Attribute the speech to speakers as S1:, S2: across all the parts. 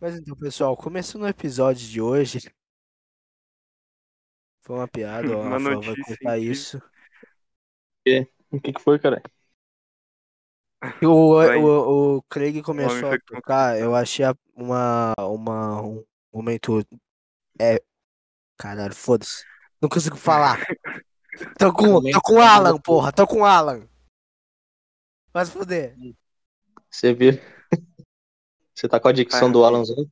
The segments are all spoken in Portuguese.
S1: Mas então, pessoal, começando o episódio de hoje. Foi uma piada, ó.
S2: Uma
S1: Rafael vai
S2: notícia
S1: cortar
S2: incrível.
S1: isso.
S3: O que que foi, cara?
S1: E O,
S2: Vai.
S1: o, o Craig começou a
S2: foi né? com-
S1: tocar, eu achei a- uma, uma, um momento. É. Caralho, foda-se. Não consigo falar. Tô com, tô com o Alan, porra, tô com o Alan. Vai se foder.
S3: Você viu? Você tá com a dicção
S2: Ah.
S3: do Alonso?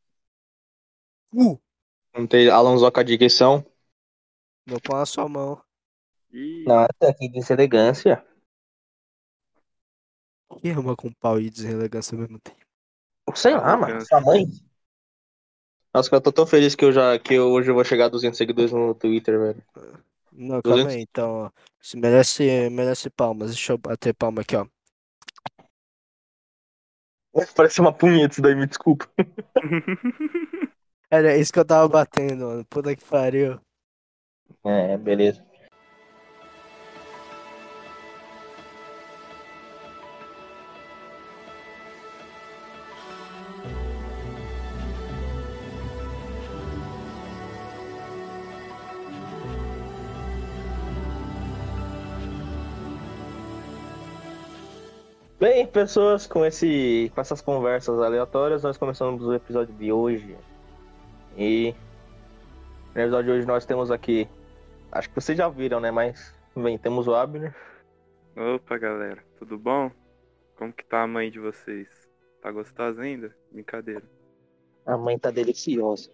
S1: Uh,
S3: Não tem Alonso com a dicção?
S1: meu pau na sua mão.
S2: Ih,
S3: Nossa, é que deselegância.
S1: Quem arruma com pau e deselegância ao mesmo tempo?
S3: Sei lá, mano. Sua mãe. Nossa, cara, eu tô tão feliz que eu já que eu- hoje eu vou chegar a 200 seguidores no Twitter, velho.
S1: Não,
S3: Tô
S1: calma
S3: dentro.
S1: aí, então, ó. Isso merece, merece palmas. Deixa eu bater palma aqui, ó.
S3: Parece uma punheta isso daí, me desculpa.
S1: Era isso que eu tava batendo, mano. Puta que pariu.
S3: É, beleza. Bem, pessoas, com esse, com essas conversas aleatórias, nós começamos o episódio de hoje. E no episódio de hoje nós temos aqui, acho que vocês já viram, né? Mas bem, temos o Abner.
S2: Opa, galera, tudo bom? Como que tá a mãe de vocês? Tá gostosa ainda? Brincadeira.
S3: A mãe tá deliciosa.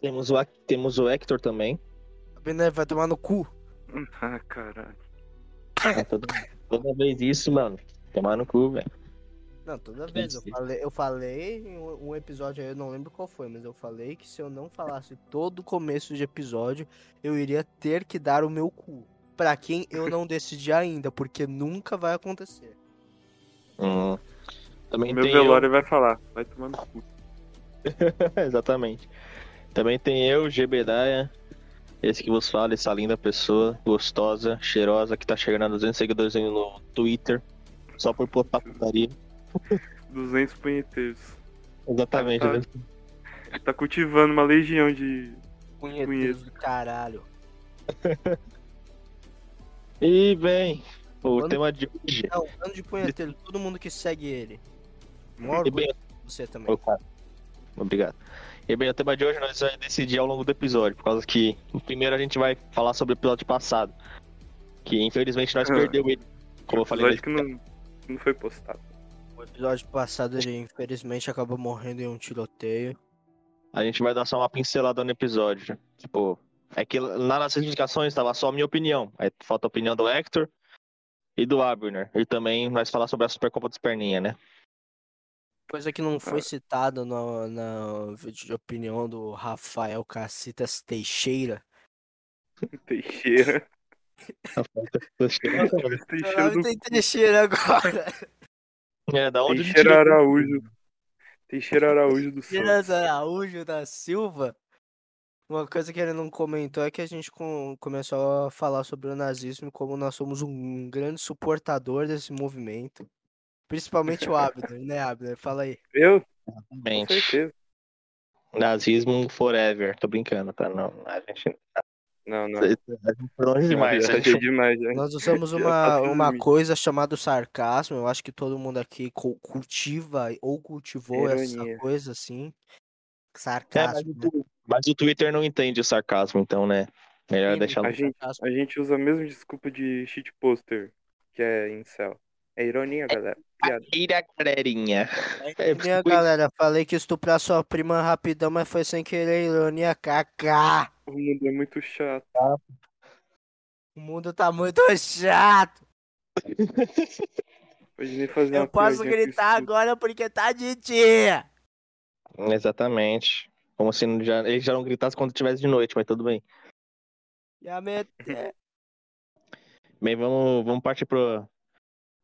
S3: Temos o, Ac- temos o Hector também.
S1: A Bené né? vai tomar no cu.
S2: Ah, caralho. Ah.
S3: É, toda, toda vez isso, mano. Tomar no cu, velho.
S1: Não, toda vez. Eu
S3: Entendi.
S1: falei, eu falei em um um episódio aí, eu não lembro qual foi, mas eu falei que se eu não falasse todo o começo de episódio, eu iria ter que dar o meu cu. Pra quem eu não decidi ainda, porque nunca vai acontecer.
S3: Hum. Também
S2: Meu
S3: tem
S2: velório vai falar, vai tomando cu.
S3: eu. Exatamente. Também tem eu, Gebedaia. Esse que vos fala, essa linda pessoa, gostosa, cheirosa, que tá chegando a 200 seguidores aí no Twitter. Só por postar putaria.
S2: 200 punheteiros.
S3: Exatamente.
S2: Tá.
S3: né?
S2: Tá cultivando uma legião de.
S1: Punheteiros do caralho.
S3: E bem, o
S1: Quando-
S3: tema de hoje é
S1: Não, bando de punheteiro, todo mundo que segue ele. Moro
S3: E bem-
S1: você também.
S3: Ô, cara, Obrigado. E bem, o tema de hoje nós vamos decidir ao longo do episódio, por causa que o primeiro a gente vai falar sobre o episódio passado, que infelizmente nós
S2: Ah.
S3: perdeu ele. Como eu falei,
S2: Episódio que não, que não foi postado.
S1: O episódio passado ele infelizmente acabou morrendo em um tiroteio.
S3: a gente vai dar só uma pincelada no episódio. Tipo, é que lá nas indicações estava só a minha opinião, aí falta a opinião do Hector e do Abner, e também nós falar sobre a Supercopa dos Perninha, né?
S1: Coisa que
S2: Ah.
S1: não foi citada no, na vídeo de opinião do Rafael Cacitas Teixeira.
S2: Teixeira.
S1: Meu
S2: Teixeira
S1: nome
S2: do.
S1: tem Teixeira agora.
S3: É, da onde a gente
S2: Teixeira
S3: tirou?
S2: Araújo. Teixeira Araújo do Sul.
S1: Teixeira Araújo da Silva. Uma coisa que ele não comentou é que a gente com- começou a falar sobre o nazismo e como nós somos um grande suportador desse movimento. Principalmente o Abner, né, Abner? Fala aí.
S2: Eu? Com
S3: Exatamente.
S2: certeza.
S3: Nazismo forever. Tô brincando, tá? Não, a gente
S2: Não, não.
S3: Foi longe é demais.
S2: Já
S3: A gente
S2: achei demais, né?
S1: Nós usamos
S2: Já
S1: uma,
S2: tá tudo
S1: uma
S2: mito.
S1: coisa chamada sarcasmo. Eu acho que todo mundo aqui cu- cultiva ou cultivou
S2: Ironia.
S1: essa coisa assim.
S3: É, mas,
S1: Sarcasmo.
S3: o,
S1: né?
S3: Tu- mas o Twitter não entende o sarcasmo, então, né? Melhor
S1: Ninguém
S3: deixar.
S2: A gente,
S1: sarcasmo.
S2: a gente usa a mesma desculpa de shit poster, que é incel. É ironia, galera. Piada.
S3: Tira a galerinha. É,
S1: Minha
S3: foi-
S1: galera, falei que estuprar sua prima rapidão, mas foi sem querer, ironia, kk.
S2: O mundo é muito chato.
S1: O mundo tá muito chato.
S2: Pode nem fazer
S1: Eu
S2: uma é
S1: posso
S2: piadinha com
S1: gritar
S2: isso tudo.
S1: agora porque tá de dia.
S3: Exatamente. Como se não já, eles já não gritassem quando tivesse de noite, mas tudo bem.
S1: Já mete-
S3: Bem, vamos, vamos partir pro,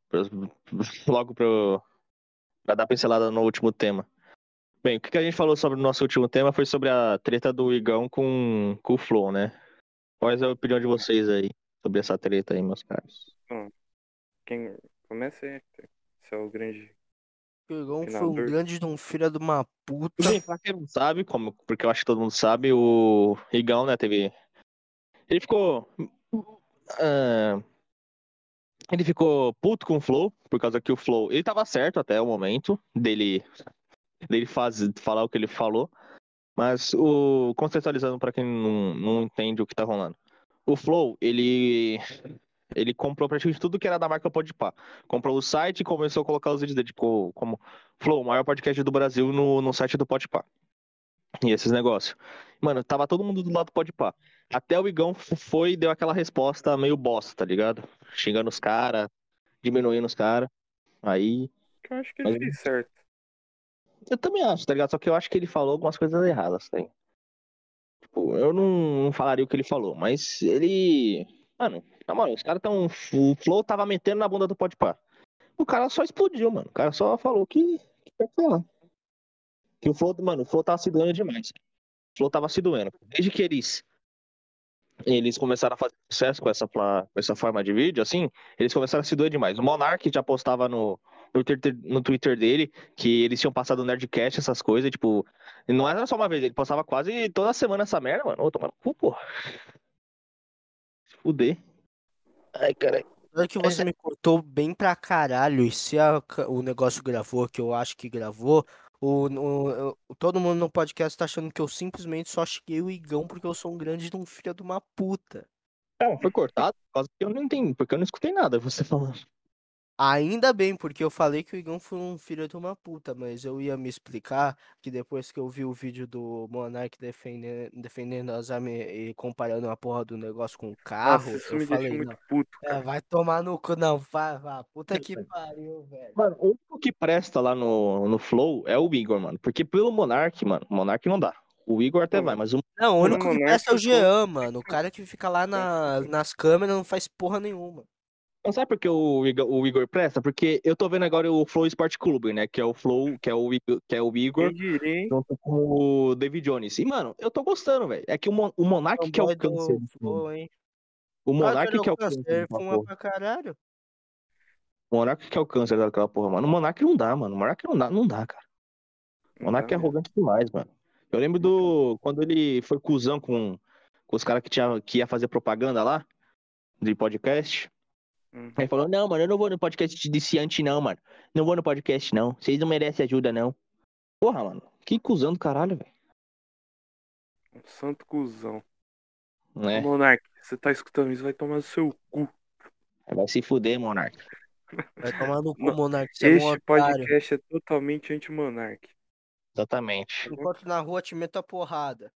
S3: pro- logo pro. pra dar pincelada no último tema. Bem, o que que a gente falou sobre o nosso último tema foi sobre a treta do Igão com, com o Flow, né? Qual é a opinião de vocês aí sobre essa treta aí, meus caros?
S2: Quem começa é Hector. Esse é o grande
S1: Pergão foi um
S2: Senador.
S1: grande de um filho de uma puta.
S3: Bem, pra quem não sabe, como, porque eu acho que todo mundo sabe, o Rigão, né, teve. Ele ficou. ah, ele ficou puto com o Flow, por causa que o Flow. Ele tava certo até o momento dele, dele faz, falar o que ele falou. Mas o. Contextualizando pra quem não, não entende o que tá rolando. O Flow, ele. Ele comprou praticamente tudo que era da marca Podpah. Comprou o site e começou a colocar os vídeos dele, tipo, como Flow, o maior podcast do Brasil no, no site do Podpah. E esses negócios. Mano, tava todo mundo do lado do Podpah. Até o Igão f- foi e deu aquela resposta meio bosta, tá ligado? Xingando os caras, diminuindo os caras. Aí.
S2: Eu acho que ele
S3: Mas-
S2: fez certo.
S3: Eu também acho, tá ligado? Só que eu acho que ele falou algumas coisas erradas, tá ligado? Tipo, eu não, não falaria o que ele falou, mas ele. Mano, na moral, os caras tão. O Flow tava metendo na bunda do Podpah. O cara só explodiu, mano. O cara só falou que. que tinha que falar. Que o Flow, mano, o Flow tava se doendo demais. O Flow tava se doendo. Desde que eles. Eles começaram a fazer sucesso com essa, pla- com essa forma de vídeo, assim, eles começaram a se doer demais. O Monark já postava no, no, Twitter, no Twitter dele que eles tinham passado o Nerdcast, essas coisas, e, tipo, não era só uma vez, ele postava quase toda semana essa merda, mano. Ô, tomar no cu, pô. Se Fuder. Ai, cara.
S1: Olha
S2: É,
S1: que você me cortou bem pra caralho. E se a ca- o negócio gravou, que eu acho que gravou, o, o- o- todo mundo no podcast tá achando que eu simplesmente só cheguei o Igão porque eu sou um grande de um filho de uma puta.
S3: Não, foi cortado por causa que eu não entendi, porque eu não escutei nada você falando.
S1: Ainda bem, porque eu falei que o Igão foi um filho de uma puta, mas eu ia me explicar que depois que eu vi o vídeo do Monark defendendo, defendendo as armas e e comparando a porra do negócio com o carro,
S2: Nossa, isso
S1: eu
S2: me
S1: falei,
S2: deixou
S1: não,
S2: muito puto,
S1: é, vai tomar no cu, não, vai, vai, puta que pariu, velho.
S3: Mano, o único que presta lá no, no Flow é o Igor, mano. Porque pelo Monark, mano, o Monark não dá. O Igor até
S2: Não,
S3: vai, mas o
S1: Não, o
S2: Pelo
S1: único que
S2: Monark,
S1: presta é o
S2: eu tô-
S1: Jean, mano. O cara que fica
S3: É.
S1: lá na- nas câmeras não faz porra nenhuma.
S3: Não sabe por que o Igor, o Igor presta? Porque eu tô vendo agora o Flow Sport Clube, né? Que é o Flow, que é o Igor, que é o Igor
S2: quem diria, hein?
S3: junto com o David Jones. E, mano, eu tô gostando, velho. É que o, Mon o Monark que é o
S1: Fanboy um do
S3: câncer. do mundo.
S1: Flow, hein?
S3: O
S1: Claro
S3: Monark
S1: ele
S3: que é o
S1: alcança,
S3: câncer.
S1: ele
S3: daquela
S1: fuma
S3: porra.
S1: um pra caralho.
S3: O Monark que é o câncer daquela porra, mano. O Monark não dá, mano. O Monark não dá, não dá, cara. O Monark é
S2: Não dá
S3: arrogante demais, mano. Eu lembro do. Quando ele foi cuzão com, com os caras que, tinha- que ia fazer propaganda lá, de podcast.
S2: mesmo. Hum.
S3: Aí falou: Não, mano, eu não vou no podcast de ciante, não, mano. Não vou no podcast, não. Vocês não merecem ajuda, não. Porra, mano. Que cuzão do caralho, velho.
S2: Um santo cuzão.
S1: É.
S3: Né?
S2: Monark, você tá escutando isso, vai tomar no seu cu.
S3: É, Vai se fuder, Monark.
S1: Vai tomar no cu,
S2: Não,
S1: Monark, você é um
S2: Este
S1: otário.
S2: podcast é totalmente anti-monark.
S3: Exatamente.
S1: Enquanto na rua te meto a porrada.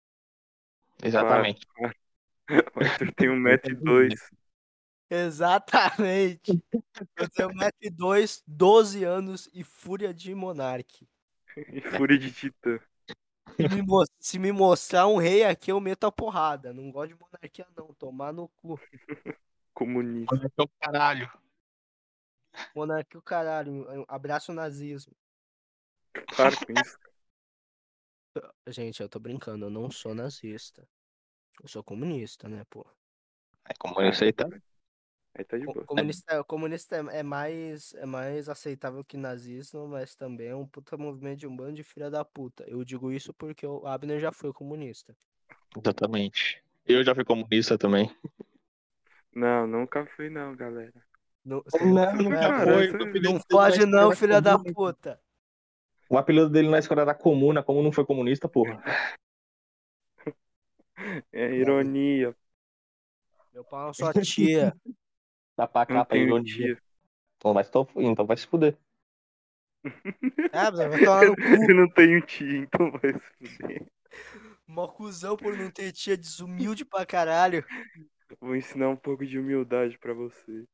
S3: Exatamente.
S2: O Arthur tem
S1: né?
S2: 1,2m.
S1: Exatamente. Eu tenho 1,2m, 12 anos e fúria de Monark.
S2: E fúria de titã.
S1: Se me, mo- se me mostrar um rei aqui, eu meto a porrada. Não gosto de monarquia, não. Tomar no cu.
S2: Comunista.
S3: Monark é o caralho.
S1: Monarquia, o caralho. Abraço o nazismo.
S2: Para com isso.
S1: Gente, eu tô brincando, eu não sou nazista. Eu sou comunista, né, pô?
S3: É como eu sei, tá?
S2: Aí tá de
S1: Co-
S2: boa.
S1: Comunista, comunista é, é mais, é mais aceitável que nazismo, mas também é um puta movimento de um bando de filha da puta. Eu digo isso porque o Abner já foi comunista.
S3: Exatamente. Eu já fui comunista também.
S2: Não, nunca fui não, galera.
S1: Não,
S2: nunca
S1: é,
S2: foi.
S1: pô,
S2: foi.
S3: o apelido
S2: Não
S3: dele
S1: não
S3: na
S1: pode
S3: escola
S1: não,
S3: era
S1: filha da
S3: comuna.
S1: puta.
S3: O apelido dele na escola era comuna, como não foi comunista, porra. Tá
S2: É ironia.
S1: Meu pau é uma sua tia.
S3: Tá pra
S2: Não
S3: cá, pra
S2: tenho
S3: ironia.
S2: tia.
S3: Então vai, se to- então vai se fuder.
S1: É, Abner, vai tomar no cu.
S2: Eu não tenho tia, então vai se fuder.
S1: Mó cuzão por não ter tia desumilde pra caralho.
S2: Vou ensinar um pouco de humildade pra você.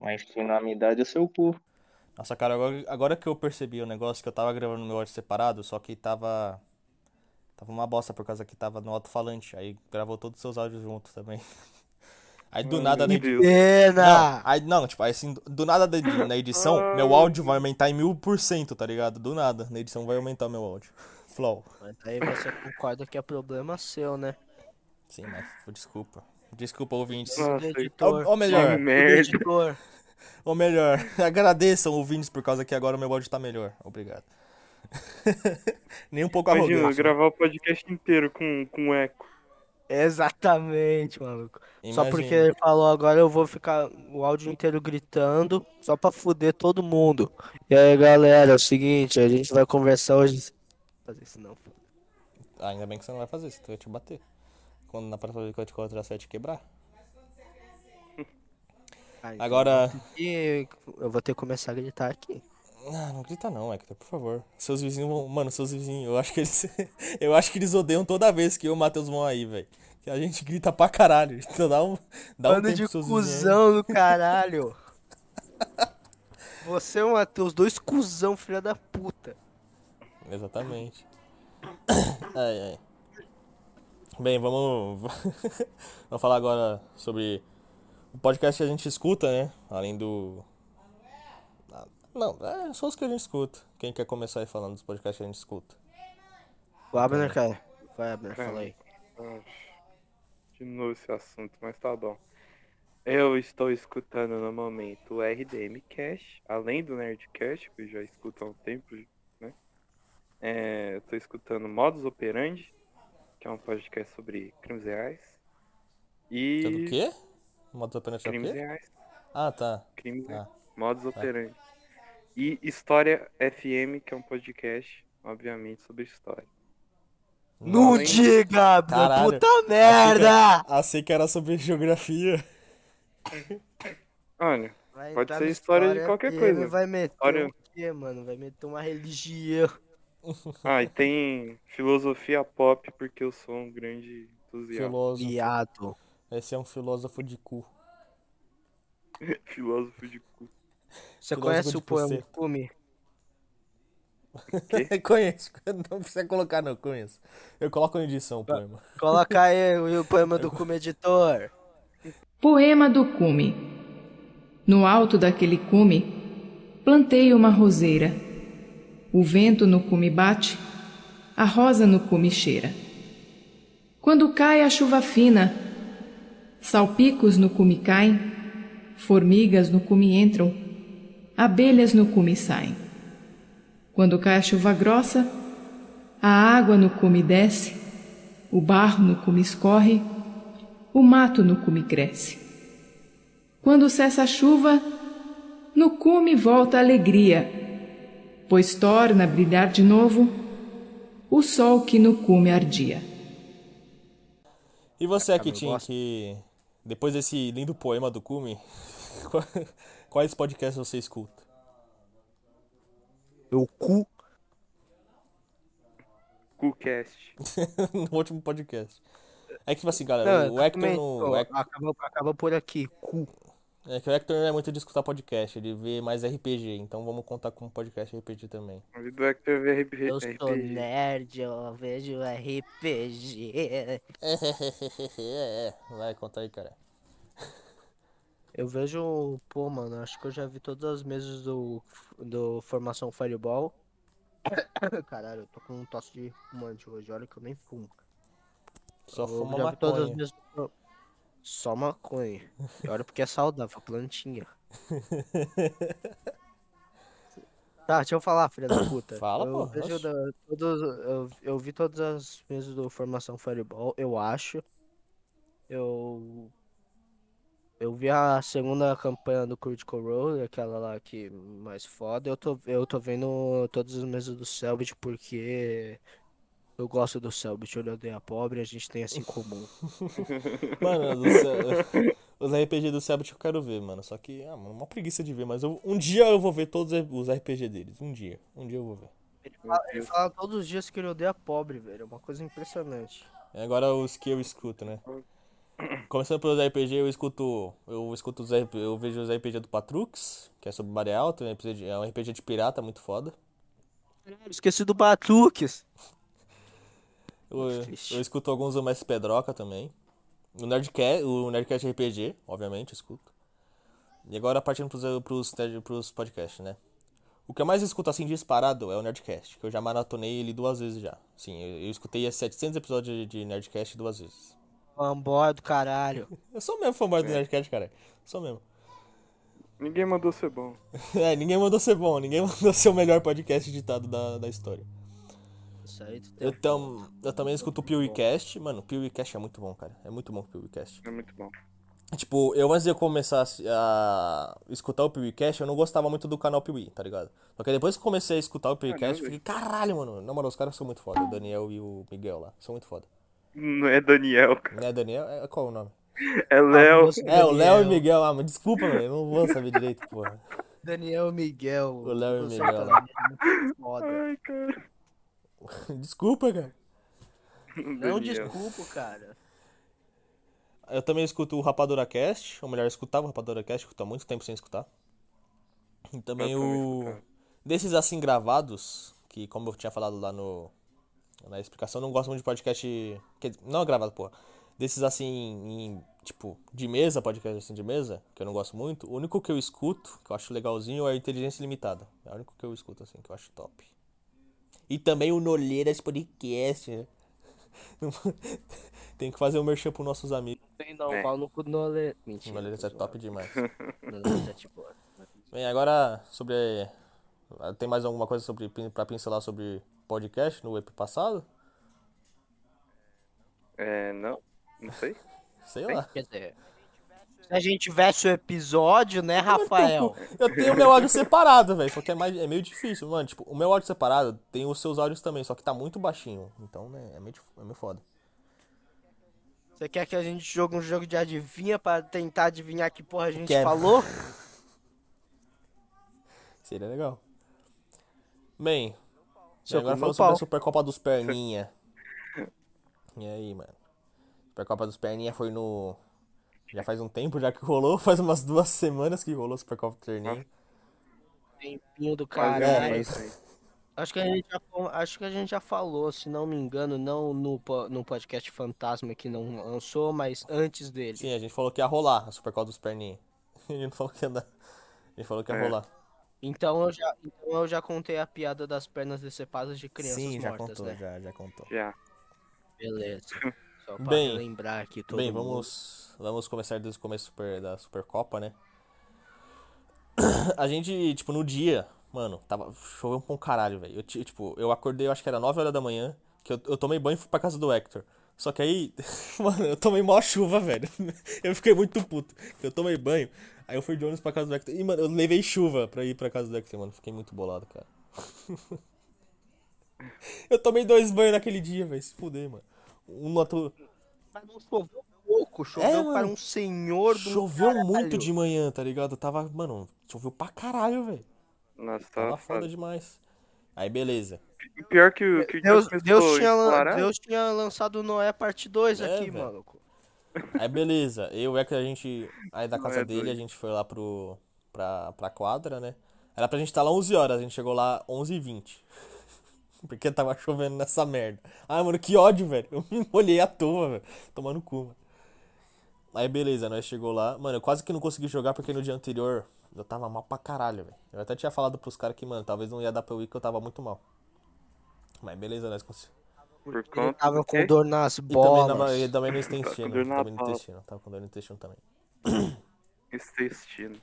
S3: Mas que na minha idade é seu cu.
S4: Nossa, cara, agora, agora que eu percebi o negócio que eu tava gravando meu áudio separado, só que tava. Tava uma bosta por causa que tava no alto-falante. Aí gravou todos os seus áudios juntos também. Aí do
S2: Ah,
S4: nada
S3: né?
S4: né, na
S2: meu
S4: edição.
S2: Deus.
S4: Não,
S1: Pena!
S4: aí, não, tipo, aí assim, do- do nada na edi- na edição, meu áudio vai aumentar em mil por cento, tá ligado? Do nada, na edição vai aumentar meu áudio. Flow.
S1: Mas aí você concorda que é problema seu, né?
S4: Sim, mas desculpa. Desculpa, ouvintes.
S1: Isso do
S2: Nossa, tá
S1: editor.
S4: Ou, ou
S1: Isso
S4: melhor,
S1: do
S2: merda.
S1: editor.
S3: Ou melhor, agradeçam ouvintes por causa que agora o meu áudio tá melhor. Obrigado. Nem um pouco
S2: Imagina,
S3: arrogante. né?
S2: gravar o podcast inteiro com, com eco.
S1: Exatamente, maluco. Só
S3: Imagina.
S1: porque ele falou agora eu vou ficar o áudio inteiro gritando, só pra fuder todo mundo. E aí, galera, é o seguinte, a gente vai conversar hoje. Fazer isso não. pô.
S3: Ah, ainda bem que você não vai fazer isso, tu vai te bater. Quando na próxima vez que eu te cortar, você vai te quebrar.
S1: Ah, então
S3: Agora.
S1: E eu vou ter que começar a gritar aqui.
S3: Ah, não grita não, Hector, por favor. Seus vizinhos vão. Mano, seus vizinhos, eu acho que eles. eu acho que eles odeiam toda vez que eu e o Matheus vão aí, velho. Que a gente grita pra caralho. Então dá um. Dá um
S1: Bando
S3: tempo
S1: de
S3: pros seus vizinhos aí.
S1: cuzão do caralho. Você é um Matheus, dois cuzão, filha da puta.
S3: Exatamente. Ai, ai. Bem, vamos. vamos falar agora sobre o podcast que a gente escuta, né? Além do. Ah, Não, é só os que a gente escuta. Quem quer começar aí falando dos podcasts que a gente escuta?
S1: O Abner,
S3: É.
S1: cara. Vai, Abner,
S2: Cara,
S1: fala aí.
S2: Ah, De novo esse assunto, mas tá bom. Eu estou escutando no momento o RDM Cash, além do Nerdcast, que eu já escuto há um tempo, né? É, eu tô escutando Modus Operandi, que é um podcast sobre crimes reais. E.
S3: É do quê? Modo apenas do
S2: Crimes
S3: é quê?
S2: reais.
S3: Ah, tá.
S2: Crimes
S3: Ah.
S2: Modus operandi. E História FM, que é um podcast, obviamente, sobre história.
S1: Não
S2: hein?
S1: diga, Abner,
S3: Caralho.
S1: puta merda!
S3: Achei Ah, que era sobre geografia.
S2: Olha,
S1: Vai
S2: Pode
S1: entrar
S2: ser
S1: no
S2: história de qualquer
S1: e
S2: coisa.
S1: ele Vai meter
S2: História-
S1: o quê, mano? Vai meter uma religião.
S2: ah, e tem filosofia pop, porque eu sou um grande entusiasta.
S3: Filósofo.
S1: Viado.
S3: Esse é um filósofo de cu.
S2: Filósofo de cu.
S1: Você
S3: Filósofo
S1: conhece
S3: de
S1: o poema
S3: você.
S1: Cume?
S3: conheço. Não precisa colocar, não. Conheço. Eu coloco na edição
S1: Tá.
S3: o poema.
S1: Coloca aí o o poema do Cume Editor.
S5: Poema do cume. No alto daquele cume, plantei uma roseira. O vento no cume bate, a rosa no cume cheira. Quando cai a chuva fina, salpicos no cume caem, formigas no cume entram, abelhas no cume saem. Quando cai a chuva grossa, a água no cume desce, o barro no cume escorre, o mato no cume cresce. Quando cessa a chuva, no cume volta a alegria, pois torna a brilhar de novo o sol que no cume ardia.
S3: E você,
S1: Ah, eu
S3: Kitin,
S1: gosto.
S3: que depois desse lindo poema do Kumi, qua- quais podcasts você escuta?
S1: Meu cu.
S2: Cucast.
S3: no último podcast. É que, tipo assim, galera,
S1: Não,
S3: o Hector
S1: também,
S3: não-
S1: ó,
S3: o Hec-
S1: acaba, acaba por aqui. Cu.
S3: é que o Hector não é muito de escutar podcast, ele vê mais RPG, então vamos contar com um podcast RPG também.
S2: A vida do Hector vê RPG.
S1: Eu sou nerd, eu vejo RPG.
S3: É, Vai, conta aí, cara.
S1: Eu vejo, pô, mano, acho que eu já vi todas as mesas do, do Formação Fireball. Caralho, eu tô com um tosse de fumante hoje, olha que eu nem fumo.
S3: Só
S1: Eu
S3: fuma
S1: já vi todas as
S3: maconha.
S1: minhas- Só maconha. E olha porque é saudável, a plantinha. Tá, deixa eu falar, filha da puta.
S3: Fala,
S1: eu
S3: pô,
S1: Vejo
S3: oxe.
S1: da- todos, eu, eu vi todas as mesas do Formação Fireball, eu acho. Eu. Eu vi a segunda campanha do Critical Role, aquela lá que mais foda. Eu tô, eu tô vendo todas as mesas do Selbit porque eu gosto do Selbit, eu odeio a pobre, a gente tem assim em comum.
S3: Mano, do céu- os RPG do Cellbit eu quero ver, mano. Só que, ah, mano, uma preguiça de ver, mas eu- um dia eu vou ver todos os RPG deles. Um dia. Um dia eu vou ver.
S1: Ele fala, ele fala todos os dias que ele odeia pobre, velho. É uma coisa impressionante.
S3: É Agora os que eu escuto, né? Começando pelos RPG, eu escuto. Eu escuto os RP eu vejo os RPG do Patrux, que é sobre Maré Alta, é um RPG de- é um RPG de pirata muito foda.
S1: Caralho, Esqueci do Batuques.
S3: Eu,
S1: Muito triste.
S3: eu escuto alguns do Mestre Pedroca também. O Nerdcast, o Nerdcast RPG, obviamente, eu escuto. E agora partindo pros, pros, TED pros podcasts, né? O que eu mais escuto assim disparado é o Nerdcast, que eu já maratonei ele duas vezes já. Sim, eu, eu escutei 700 episódios de- de Nerdcast duas vezes.
S1: Fanboy do caralho. É.
S3: Eu sou mesmo fanboy do Nerdcast, cara. Sou mesmo.
S2: Ninguém mandou ser bom.
S3: É, ninguém mandou ser bom, ninguém mandou ser o melhor podcast ditado da, da história.
S1: Isso aí tu tem
S3: Eu, tam, eu também escuto o PeeWeeCast. Mano, o PeeWeeCast é muito bom, cara. É muito bom o PeeWeeCast.
S2: É muito bom.
S3: Tipo, eu antes de eu começar a se- a escutar o PeeWeeCast, eu não gostava muito do canal PeeWee, tá ligado? Só que depois que eu comecei a escutar o PeeWeeCast, eu fiquei, caralho, mano. Na moral, os caras são muito foda. O Daniel e o Miguel lá. São muito foda.
S2: Não é Daniel, cara.
S3: Né, Daniel? É, qual é o nome?
S1: Ah,
S2: É Léo.
S1: Augusto
S3: É, o Léo e
S1: Daniel.
S3: o Miguel. Ah, mas desculpa, mano. Eu não vou saber direito, porra.
S1: Daniel Miguel. O
S3: Léo e o
S1: Você
S3: Miguel
S1: tá
S3: lá.
S1: muito Foda.
S2: Ai, cara.
S3: Desculpa, cara.
S1: Não
S2: Daniel.
S1: desculpa, cara.
S3: Eu também escuto o Rapadura Cast, ou melhor, eu escutava o Rapadura Cast, escuto há muito tempo sem escutar. E também
S2: Eu também
S3: o.
S2: escutava.
S3: Desses assim gravados, que como eu tinha falado lá no. Na explicação, eu não gosto muito de podcast. quer dizer, Não é gravado, porra. Desses assim, em, tipo, de mesa, podcast assim de mesa, que eu não gosto muito, o único que eu escuto, que eu acho legalzinho, é o Inteligência Limitada. É o único que eu escuto, assim, que eu acho top. E também o Nolheiras Podcast, né? Tem que fazer um merchan pros nossos amigos.
S1: Tem não,
S2: É.
S1: pau no cu do Nole.
S3: O
S1: Mentira.
S3: Nolheiras
S1: tô
S3: é top
S1: zoando.
S3: demais.
S1: Noleiras é tipo.
S3: Bem, agora sobre. Tem mais alguma coisa sobre para pincelar sobre podcast no EP passado?
S2: É, não. Não sei.
S3: Sei lá.
S1: Quer dizer. Se a gente tivesse o episódio, né, Rafael?
S3: Eu tenho meu áudio separado, velho. Só que é, mais, é meio difícil, mano. Tipo, o meu áudio separado tem os seus áudios também, só que tá muito baixinho. Então, né, é meio, dif- é meio foda.
S1: Você quer que a gente jogue um jogo de adivinha pra tentar adivinhar que porra a gente
S3: Quero.
S1: falou?
S3: Seria legal. Bem, e
S1: Seu
S3: agora
S1: cu no
S3: falando sobre a
S1: pau.
S3: Supercopa dos Perninha. E aí, mano? Supercopa dos Perninha foi no. Já faz um tempo já que rolou, faz umas duas semanas que rolou a Supercopa dos Perninha.
S1: Ah, Tempinho do
S2: Mas
S1: caralho.
S3: é,
S2: eu nem
S3: mas-
S2: sei.
S1: Acho que, a gente já, fal- acho que a gente já falou, se não me engano, não no, po- no podcast Fantasma que não lançou, mas antes dele.
S3: Sim, a gente falou que ia rolar a Supercopa dos Perninha. A gente não falou que ia dar. A gente falou que ia
S2: É.
S3: rolar.
S1: Então eu, já, então eu já contei a piada das pernas decepadas de crianças
S3: Sim, já
S1: mortas,
S3: contou,
S1: né?
S3: já, já contou.
S2: Já.
S1: Beleza. Só pra
S3: Bem,
S1: lembrar aqui todo
S3: Bem,
S1: mundo.
S3: vamos, vamos começar desde o começo super- da Supercopa, né? A gente, tipo, no dia, mano, tava choveu pra um caralho, velho. Eu, ti- tipo, eu acordei, eu acho que era 9 horas da manhã, que eu, eu tomei banho e fui pra casa do Hector. Só que aí, mano, eu tomei mó chuva, velho. Eu fiquei muito puto. Eu tomei banho, aí eu fui de ônibus pra casa do Hector. E, mano, eu levei chuva pra ir pra casa do Hector, mano. Fiquei muito bolado, cara. Eu tomei dois banhos naquele dia, velho. Se fuder, mano. Um no outro,
S1: Mas não choveu pouco, choveu para
S3: mano.
S1: um senhor do
S3: Choveu muito
S1: caralho.
S3: de manhã, tá ligado? Tava, mano, choveu pra caralho, velho.
S2: Nossa,
S3: Tava
S2: tava
S3: foda demais. Aí, beleza.
S2: tá Pior que o que o
S1: Deus,
S2: Deus
S1: Deus, tinha, lan-
S2: explorar,
S1: Deus tinha lançado Noé parte 2
S3: É,
S1: aqui,
S3: velho.
S1: maluco.
S3: Aí, beleza. Eu é que a gente. Aí, da
S2: Não
S3: casa
S2: é
S3: dele, a
S2: doido.
S3: gente foi lá pro. Pra, pra quadra, né? Era pra gente estar lá 11 horas, a gente chegou lá 11h20. Porque tava chovendo nessa merda. Ai, mano, que ódio, velho. Eu me molhei à toa, velho. Tomando cu, mano. Aí, beleza, nós chegou lá. Mano, eu quase que não consegui jogar porque no dia anterior eu tava mal pra caralho, velho. Eu até tinha falado pros caras que, mano, talvez não ia dar pra eu ir que eu tava muito mal. Mas beleza, nós conseguimos.
S2: por
S1: Ele
S2: conta
S1: tava
S2: do
S1: com
S2: quê?
S1: dor nas
S3: E também,
S1: bolas.
S3: tava, e também no
S2: Tá
S3: intestino.
S2: com dor na
S3: também no
S2: bola.
S3: intestino. Tava com dor no intestino também.
S2: intestino.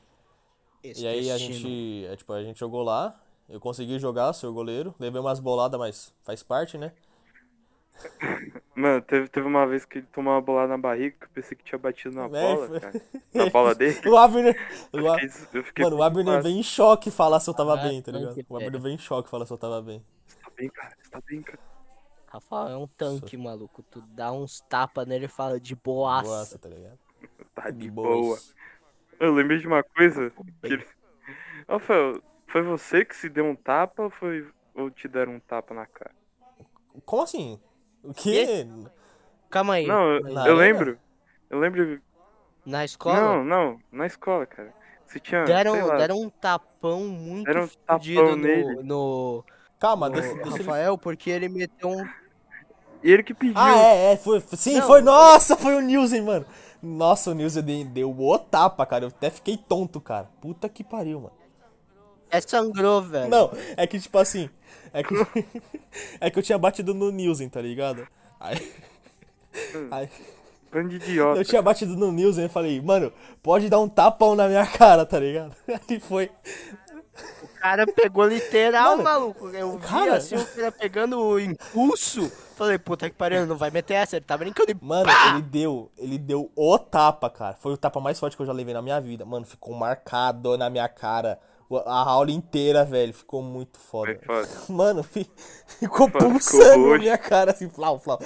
S1: Esse
S3: E aí a
S1: destino.
S3: gente, é, tipo, a gente jogou lá, eu consegui jogar, sou goleiro, levei umas boladas, mas faz parte, né?
S2: Mano, teve, teve uma vez que ele tomou uma bola na barriga que eu pensei que tinha batido na
S3: É,
S2: bola,
S3: foi-
S2: cara. Na bola dele.
S3: O Abner, o
S2: Eu
S3: A-
S2: fiquei des- É eu fiquei
S3: mano, o Abner
S2: preocupado.
S3: vem em choque falar se eu tava
S1: Caraca,
S3: bem, tá ligado?
S1: Ah, que é?
S3: O Abner
S1: velho.
S3: vem em choque falar se eu tava bem.
S2: Você tá bem, cara? Você tá bem, cara?
S1: Rafael é um tanque, maluco. Tu dá uns tapas nele e fala de boaça.
S3: Nossa, tá ligado?
S2: Tá de boa.
S3: Boas.
S2: Eu lembrei de uma coisa. Que... ele- Rafael, foi você que se deu um tapa ou, foi... ou te deram um tapa na cara?
S3: Como assim? O quê?
S1: Calma aí.
S2: Não, eu,
S3: Na
S2: eu
S3: arena?
S2: lembro. Eu lembro.
S1: Na escola?
S2: Não, não, na escola, cara. Você tinha. sei
S1: Deram,
S2: lá,
S1: deram um tapão muito
S2: Deram um
S1: fudido
S2: tapão
S1: no,
S2: nele.
S1: no,
S3: Calma,
S1: no
S3: deixa, deixa ele...
S1: Rafael, porque ele meteu um.
S2: Ele que pediu.
S3: Ah, é, é, foi, foi- sim,
S1: Não.
S3: foi, nossa, foi o Nilson, mano. Nossa, o Nilson de- deu o tapa, cara, eu até fiquei tonto, cara. Puta que pariu, mano.
S1: É sangrou, velho.
S3: Não, é que tipo assim. É que,
S2: Hum,
S3: é que eu tinha batido no Nilson, tá ligado? Aí. aí-
S2: Bando de idiota.
S3: Eu tinha batido no News e falei, mano, pode dar um tapão na minha cara, tá ligado? Ele foi.
S1: O cara pegou literal,
S3: Mano,
S1: maluco. Eu vi
S3: cara-
S1: assim, o cara pegando o impulso. Falei, puta que pariu, não vai meter essa, ele tá brincando. E...
S3: Mano, ele deu, ele deu o tapa, cara. Foi o tapa mais forte que eu já levei na minha vida. Mano, ficou marcado na minha cara. O- A aula inteira, velho. Ficou muito foda.
S2: Foi foda.
S3: Mano, fi- ficou
S2: Ficou
S3: pulsando na
S2: roxo.
S3: minha cara, assim, flau, flau.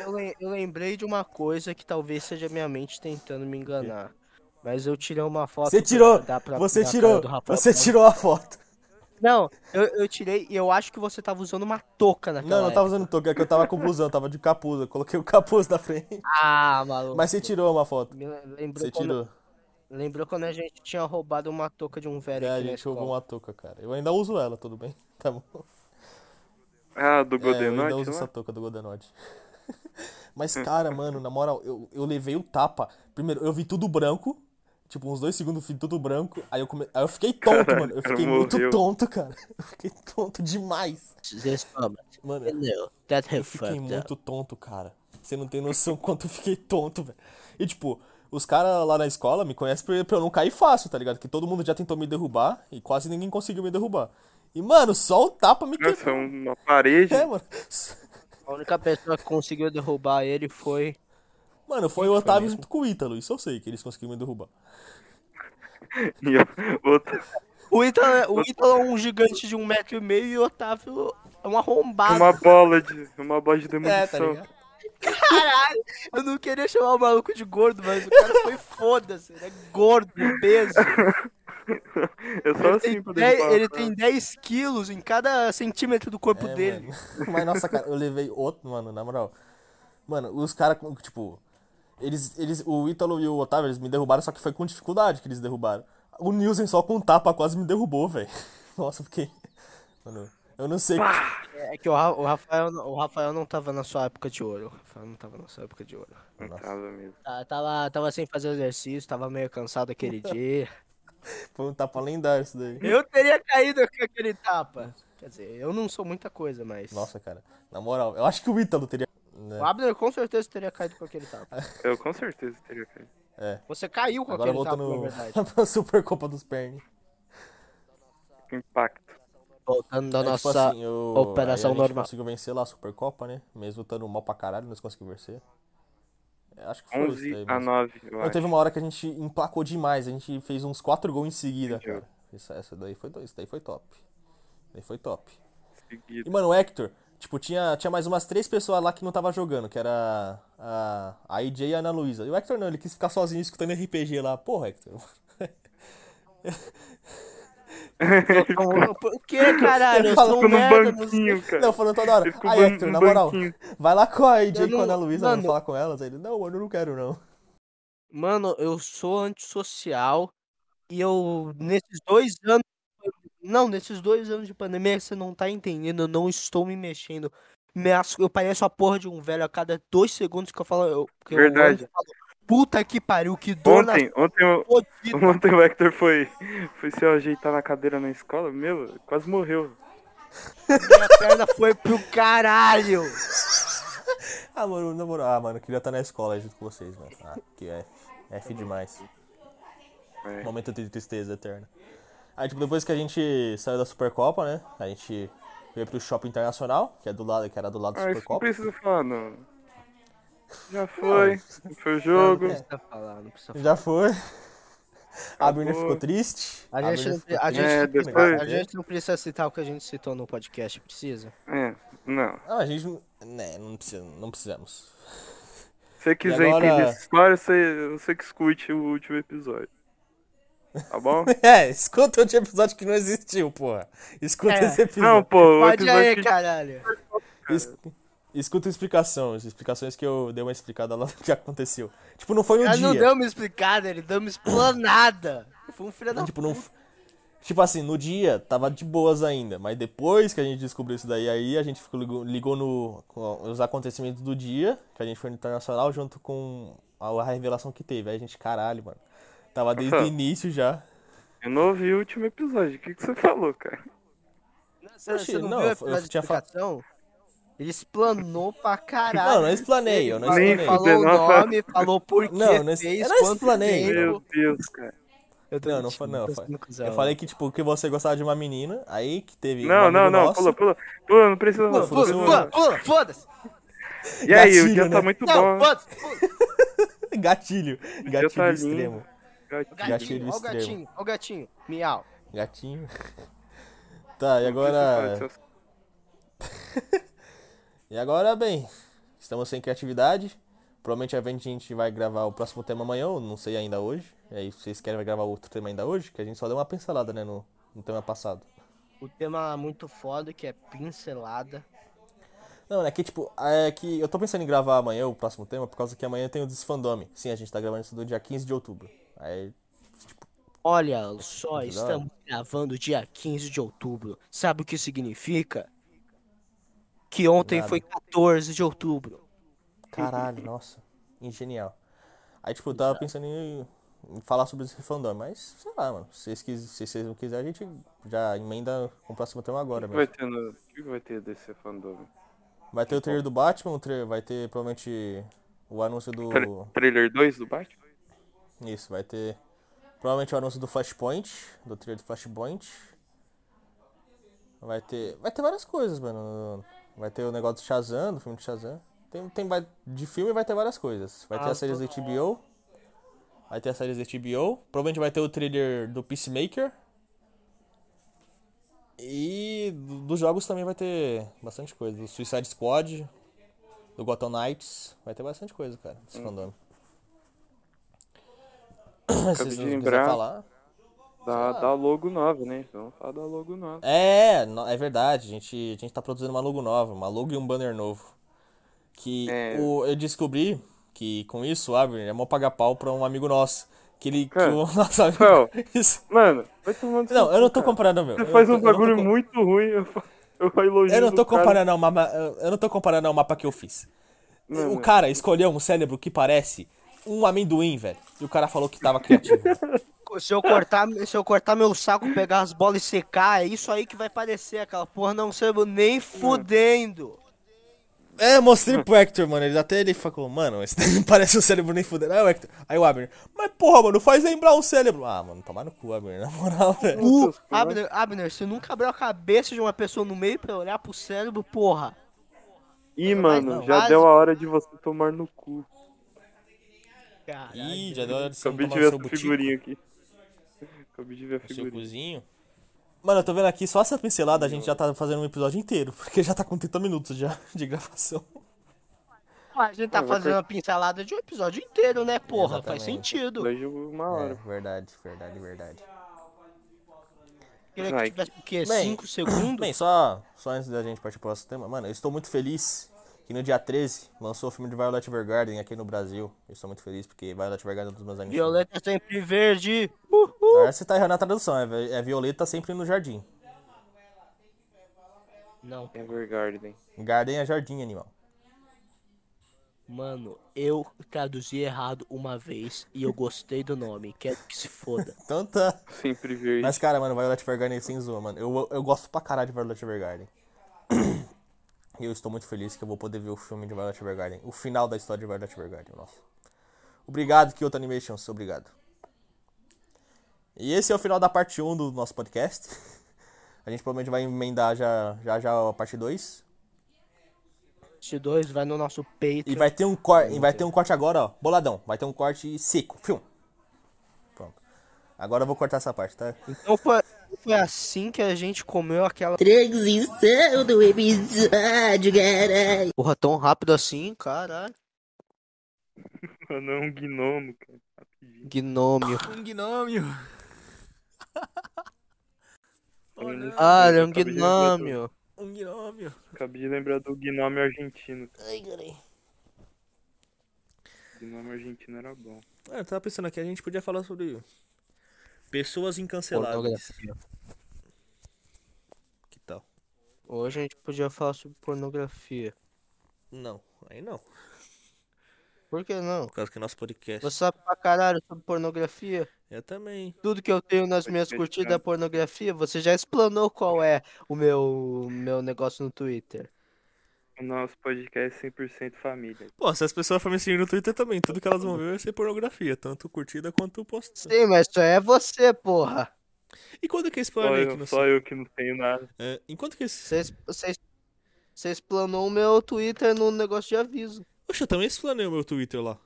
S1: Eu, lem- eu lembrei de uma coisa que talvez seja minha mente tentando me enganar. Mas eu tirei uma foto.
S3: Você
S1: pra
S3: tirou,
S1: mandar pra-
S3: você
S1: na
S3: tirou,
S1: cara do né? Rafael
S3: você
S1: Prado.
S3: tirou a foto.
S1: Não, eu, eu tirei e eu acho que você tava usando uma touca naquela
S3: Não, não tava
S1: época.
S3: usando touca, é que eu tava com blusão, tava de capuz. Eu coloquei o capuz na frente.
S1: Ah, maluco.
S3: Mas você tirou uma foto.
S1: Me lembrou,
S3: Você
S1: quando,
S3: tirou.
S1: lembrou quando a gente tinha roubado uma touca de um velho
S3: É, a
S1: aqui na
S3: gente
S1: escola.
S3: roubou uma touca, cara. Eu ainda uso ela, tudo bem? Tá bom.
S2: Ah, do
S3: É, eu ainda
S2: Godenote
S3: uso
S2: lá?
S3: essa touca do Goldenote. Mas, cara, mano, na moral, eu, eu levei o tapa. Primeiro, eu vi tudo branco. Tipo, uns dois segundos eu vi tudo branco. Aí eu, come... aí eu fiquei tonto,
S2: Caralho,
S3: mano. Eu
S2: cara
S3: fiquei muito
S2: morreu.
S3: tonto, cara. Eu fiquei tonto demais.
S1: This moment.
S3: Mano,
S1: No, that
S3: eu
S1: have
S3: fiquei
S1: fucked up.
S3: muito tonto, cara. Você não tem noção quanto eu fiquei tonto, velho. E, tipo, os caras lá na escola me conhecem pra pra eu não cair fácil, tá ligado? Que todo mundo já tentou me derrubar e quase ninguém conseguiu me derrubar. E, mano, só o tapa me
S2: Nossa,
S3: quebrou.
S2: uma parede.
S3: É, mano.
S1: A única pessoa que conseguiu derrubar ele foi.
S3: Mano, foi o Otávio junto com o Ítalo, isso eu sei que eles conseguiram me derrubar.
S2: E o- outra.
S1: O Ítalo, o Ítalo é um gigante de um metro e meio e o Otávio é um arrombado.
S2: Uma bola de. Uma bola de
S3: É, tá
S2: demolição.
S3: ligado?
S1: Caralho! Eu não queria chamar o maluco de gordo, mas o cara foi foda-se. Ele é gordo, obeso.
S2: eu sou
S1: Ele,
S2: assim
S1: tem
S2: pra
S1: 10,
S2: derrubar.
S1: ele tem 10 quilos em cada centímetro do corpo
S3: É,
S1: dele.
S3: mano. Mas nossa, cara, eu levei outro, mano, na moral. Mano, os caras, tipo, eles, eles, o Ítalo e o Otávio, eles me derrubaram, só que foi com dificuldade que eles derrubaram. O Nilson só com um tapa quase me derrubou, velho. Nossa, eu fiquei. Mano, eu não sei.
S1: É que o, Ra- o Rafael, não- o Rafael não tava na sua época de ouro. O Rafael não tava na sua época de ouro.
S2: Não tava né? mesmo.
S1: Tá- Tava, tava sem fazer exercício, tava meio cansado aquele dia.
S3: Foi um tapa lendário isso daí.
S1: Eu teria caído com aquele tapa. Quer dizer, eu não sou muita coisa, mas.
S3: Nossa, cara, na moral, eu acho que o Ítalo teria. né?
S1: O Abner com certeza teria caído com aquele tapa.
S2: Eu com certeza teria caído.
S1: Você caiu com
S3: Agora
S1: aquele tapa, na
S3: voltando
S1: verdade.
S3: pra Supercopa dos Pernes.
S2: Impacto.
S1: Voltando da
S3: É, tipo
S1: nossa.
S3: assim, eu-
S1: operação
S3: aí a gente
S1: normal.
S3: conseguiu vencer lá a Supercopa, né? Mesmo estando mal pra caralho, nós conseguimos vencer. É, acho que foi isso
S2: 11
S3: daí
S2: a
S3: mesmo.
S2: 9, eu
S3: Mas
S2: acho.
S3: teve uma hora que a gente emplacou demais, a gente fez uns 4 gols em seguida,
S2: Entendi.
S3: cara. Isso, essa daí foi, isso daí foi top. Isso daí foi top. E,
S2: Seguido.
S3: mano, o Hector, tipo, tinha, tinha mais umas três pessoas lá que não tava jogando, que era a, a IJ e a Ana Luísa. E o Hector não, ele quis ficar sozinho escutando RPG lá. Porra, Hector.
S1: O que, caralho? Eu
S3: Fala
S1: sou
S2: Ficou
S1: um
S2: num
S1: merda, não sei.
S2: banquinho, cara.
S3: Não, falando toda hora.
S2: Ele ficou
S3: Aí,
S2: ban-
S3: Hector,
S2: um
S3: na moral,
S2: banquinho.
S3: vai lá com a IJ
S1: Eu
S3: e com a
S1: não-
S3: Ana Luísa, vamos
S1: mano.
S3: falar com elas. Aí Ele, não, mano, eu não quero, não.
S1: Mano, eu sou antissocial e eu, nesses dois anos. Não, nesses dois anos de pandemia, você não tá entendendo, eu não estou me mexendo. Minhas- Eu pareço a porra de um velho a cada dois segundos que eu falo. Eu, que eu olho e
S2: Verdade.
S1: falo, Puta que pariu, que dor na
S2: Ontem, ontem, eu-
S1: fodida.
S2: ontem o Hector foi, foi se ajeitar na cadeira na escola. Meu, quase morreu.
S1: Minha perna foi pro caralho.
S3: Ah, mano, na moral, ah, mano, eu queria estar na escola junto com vocês, mano. Ah, que F. F demais.
S2: É.
S3: Momento de tristeza eterna. Aí, tipo, depois que a gente saiu da Supercopa, né? A gente veio pro Shopping Internacional, que, é do lado, que era do lado da
S2: Ah, isso não
S3: Supercopa.
S2: precisa falar, não. Já foi. Foi o jogo.
S1: Não precisa falar, não precisa falar.
S3: Já foi. A Bruna
S2: Acabou.
S3: ficou triste.
S1: A gente,
S3: Bruna
S1: não,
S3: ficou
S1: a,
S3: triste.
S1: gente,
S2: É,
S1: não precisa-
S2: depois-
S1: a gente não precisa citar o que a gente citou no podcast, precisa?
S2: É, não.
S3: Não, a gente não... Né, não, precisa, não precisamos.
S2: Se você quiser
S3: agora-
S2: entender essa história, você, você que escute o último episódio. Tá bom?
S3: É, escuta outro episódio que não existiu, porra. Escuta
S1: É.
S3: esse episódio.
S2: Não, pô, o
S1: Pode
S2: episódio
S1: aí,
S2: que-
S1: caralho.
S3: Es- Escuta a explicação, as explicações que eu dei uma explicada lá do que aconteceu. Tipo, não foi um
S1: Ele
S3: dia.
S1: não deu uma explicada, ele deu uma explanada. Foi um filho da
S3: Tipo, não f- tipo assim, no dia tava de boas ainda, mas depois que a gente descobriu isso daí, aí a gente ficou, ligou, ligou no, com os acontecimentos do dia, que a gente foi no Internacional junto com a, a revelação que teve. Aí a gente, caralho, mano. Tava desde o início já.
S2: Eu não ouvi o último episódio. O que, que você falou, cara?
S1: né? Você, você
S3: Oxi,
S1: não, viu o
S3: não, eu- eu
S1: episódio de
S3: tinha fa-
S1: explicação? Ele explanou pra caralho.
S3: Tipo, Não, não explanei, eu não
S2: Nem
S3: explanei.
S2: falo-
S1: falou o
S2: Nossa.
S1: nome, falou por quê
S3: Não, não es-
S1: fez,
S3: eu não
S1: quanto
S3: explanei.
S1: tempo.
S2: Meu Deus, cara.
S1: Eu tô
S3: Não, não
S1: mentindo,
S3: fa- não,
S1: tô
S3: fa-
S1: sendo cuzão.
S3: Eu falei que, tipo, que você gostava de uma menina, aí que teve. um
S2: Não,
S3: amigo
S2: não, não.
S3: nosso-
S2: Pula, pula. Pula, não precisa.
S1: Pula,
S2: não,
S1: pula,
S3: assim,
S2: precisa,
S1: pula,
S2: não.
S1: pula, foda-se.
S2: E aí, o
S3: Gatilho,
S2: dia
S3: né?
S2: tá muito
S1: Não,
S2: bom.
S1: foda-se. pula.
S3: Gatilho. Gatilho
S2: tá lindo.
S3: extremo. Gatilho
S1: Gatinho, ó o
S3: extremo.
S1: gatinho, ó o gatinho. Miau.
S3: Gatinho. Tá,
S2: Isso,
S3: e agora.
S2: isso, isso.
S3: E agora, bem. Estamos sem criatividade. Provavelmente a gente vai gravar o próximo tema amanhã, ou não sei ainda hoje. E aí, se vocês querem gravar outro tema ainda hoje, que a gente só deu uma pincelada, né, no, no tema passado.
S1: O tema muito foda que é pincelada.
S3: Não, é que tipo, é que eu tô pensando em gravar amanhã o próximo tema, por causa que amanhã tem o Desfandome. Sim, a gente tá gravando isso do dia 15 de outubro. Aí,
S1: Olha só,
S3: Muito da hora.
S1: estamos gravando dia 15 de outubro. Sabe o que significa? Que ontem
S3: Nada.
S1: foi 14 de outubro.
S3: caralho, nossa, ingenial. Aí, tipo, eu tava pensando em, em falar sobre o Desfandome, mas sei lá, mano. Se vocês, quis- se vocês não quiserem, a gente já emenda com o próximo tema agora
S2: O que vai
S3: mesmo.
S2: ter no- O que vai ter desse fandom?
S3: Vai ter o trailer do Batman, o trailer- vai ter provavelmente o anúncio
S2: Tra-
S3: do.
S2: Trailer 2 do Batman?
S3: Isso, vai ter provavelmente o anúncio do Flashpoint, do trailer do Flashpoint. Vai ter, vai ter várias coisas, mano. Vai ter o negócio do Shazam, do filme de Shazam. Tem, tem vai- de filme vai ter várias coisas. Vai ter
S1: Ah,
S3: a série da HBO. Vai ter a série da HBO. Provavelmente vai ter o trailer do Peacemaker. E do- dos jogos também vai ter bastante coisa. Do Suicide Squad, do Gotham Knights. Vai ter bastante coisa, cara, desse fandom.
S2: de
S3: Se vocês não quiserem
S2: lembrar.
S3: falar.
S2: Da,
S3: lá.
S2: da logo nova, né? Então tá da logo nova.
S3: É, no- é verdade. A gente, a gente tá produzindo uma logo nova, uma logo e um banner novo. Que
S2: É.
S3: o- eu descobri que com isso, abre, é mó pagar pau pra um amigo nosso. Que ele. Que
S2: Cara,
S3: o nosso amigo.
S2: Rafael.
S3: Isso.
S2: Mano, vai tomando
S3: Não,
S2: seu
S3: eu não
S2: cu,
S3: tô
S2: cara.
S3: comparando, meu.
S2: Você
S3: Eu não
S2: faz
S3: tô-
S2: um
S3: eu não tô
S2: bagulho
S3: com-
S2: muito ruim, eu, fa- eu elogio.
S3: Eu não tô
S2: do cara.
S3: comparando ao mapa. Eu eu não tô comparando ao mapa que eu fiz.
S2: Não,
S3: O
S2: não.
S3: cara escolheu um cérebro que parece um amendoim, velho. E o cara falou que tava criativo.
S1: Se eu cortar, se eu cortar meu saco, pegar as bolas e secar, é isso aí que vai parecer aquela porra, não sei nem fudendo.
S3: É, eu mostrei pro Hector, mano. Ele até ele falou, mano, esse daí não parece um cérebro nem fudendo. Aí o Hector, aí o Abner, mas porra, mano, faz lembrar um cérebro. Ah, mano, tomar no cu, Abner, na moral, velho.
S1: Cu,
S2: seus pais.
S1: Uh, Abner, Abner, você nunca abriu a cabeça de uma pessoa no meio pra olhar pro cérebro, porra.
S2: Ih,
S1: Mas
S2: mano,
S1: não,
S2: já
S1: mas-
S2: deu a hora de você tomar no cu.
S1: Caralho.
S3: Ih, já deu hora de você
S2: Acabei
S3: tomar
S2: de
S3: o
S2: ver
S3: seu
S2: a
S3: butico,
S2: figurinha aqui. Acabei de ver a
S3: o seu
S2: figurinha.
S3: cozinho. Mano, eu tô vendo aqui, só essa pincelada a gente já tá fazendo um episódio inteiro, porque já tá com 30 minutos já de gravação.
S1: A gente tá
S2: Ah, vai
S1: fazendo a pincelada de um episódio inteiro, né, porra? Faz
S3: Exatamente.
S1: sentido.
S2: Daí jogou uma hora.
S3: É, verdade, verdade, verdade.
S1: Queria que
S2: Ai.
S1: tivesse o quê?
S3: Bem,
S1: 5 segundos?
S3: Bem, só, só antes da gente partir pro próximo tema, mano, eu estou muito feliz que no dia 13 lançou o filme de Violet Evergarden aqui no Brasil. Eu estou muito feliz porque Violet Evergarden é um dos meus animes.
S1: Violeta sempre verde.
S3: Na
S1: Uhul.
S3: verdade, você tá errando a tradução, é, vi- é Violeta sempre no jardim.
S1: Não,
S2: Evergarden.
S3: Garden é jardim, animal.
S1: mano, eu traduzi errado uma vez e eu gostei do nome. Quero que se foda.
S3: Então tá.
S2: Sempre verde.
S3: Mas cara, mano, Violet Evergarden é sem zoa, mano. Eu, eu gosto pra caralho de Violet Evergarden. E eu estou muito feliz que eu vou poder ver o filme de Violet Evergarden. O final da história de Violet Evergarden, nossa. Obrigado, Kyoto Animations, obrigado. E esse é o final da parte 1 do nosso podcast. A gente provavelmente vai emendar já já, já a parte 2.
S1: Este dois vai no nosso peito.
S3: E vai ter um corte, e vai ter um corte agora, ó, boladão. Vai ter um corte seco, filme. Pronto. Agora eu vou cortar essa parte, tá?
S1: Então foi, foi assim que a gente comeu aquela
S6: Transição do episódio, caralho.
S1: porra tão rápido assim, caralho.
S2: Mano, é um gnomo, cara. Rapidinho.
S1: Gnômio.
S3: Um gnômio.
S1: Ah, ele é um
S2: Acabei de lembrar do-
S1: gnômio.
S3: Um gnômio.
S2: Acabei de lembrar do gnome argentino.
S3: Ai, caralho.
S2: O gnome argentino era bom.
S3: Mano, Ah, eu tava pensando aqui, a gente podia falar sobre pessoas incanceláveis.
S1: Pornografia.
S3: Que tal?
S1: Hoje a gente podia falar sobre pornografia.
S3: Não, aí não.
S1: Por que não?
S3: Por causa que é nosso podcast.
S1: Você sabe pra caralho sobre pornografia?
S3: Eu também.
S1: Tudo que eu tenho nas
S2: Pode
S1: minhas
S2: ser,
S1: curtidas
S2: né?
S1: é pornografia. Você já explanou qual é o meu, meu negócio no Twitter.
S2: O nosso podcast é 100% família.
S3: Pô, se as pessoas forem me seguir no Twitter também, tudo que elas vão ver vai ser pornografia, tanto curtida quanto postada.
S1: Sim, mas só é você, porra.
S3: E quando que é
S2: Só
S3: spoiler aqui
S2: eu,
S3: no
S2: só eu que não tenho nada.
S3: É, enquanto que esse...
S1: Vocês- Vocês vocês planou o meu Twitter no negócio de aviso.
S3: Oxe, eu também explanei o meu Twitter lá.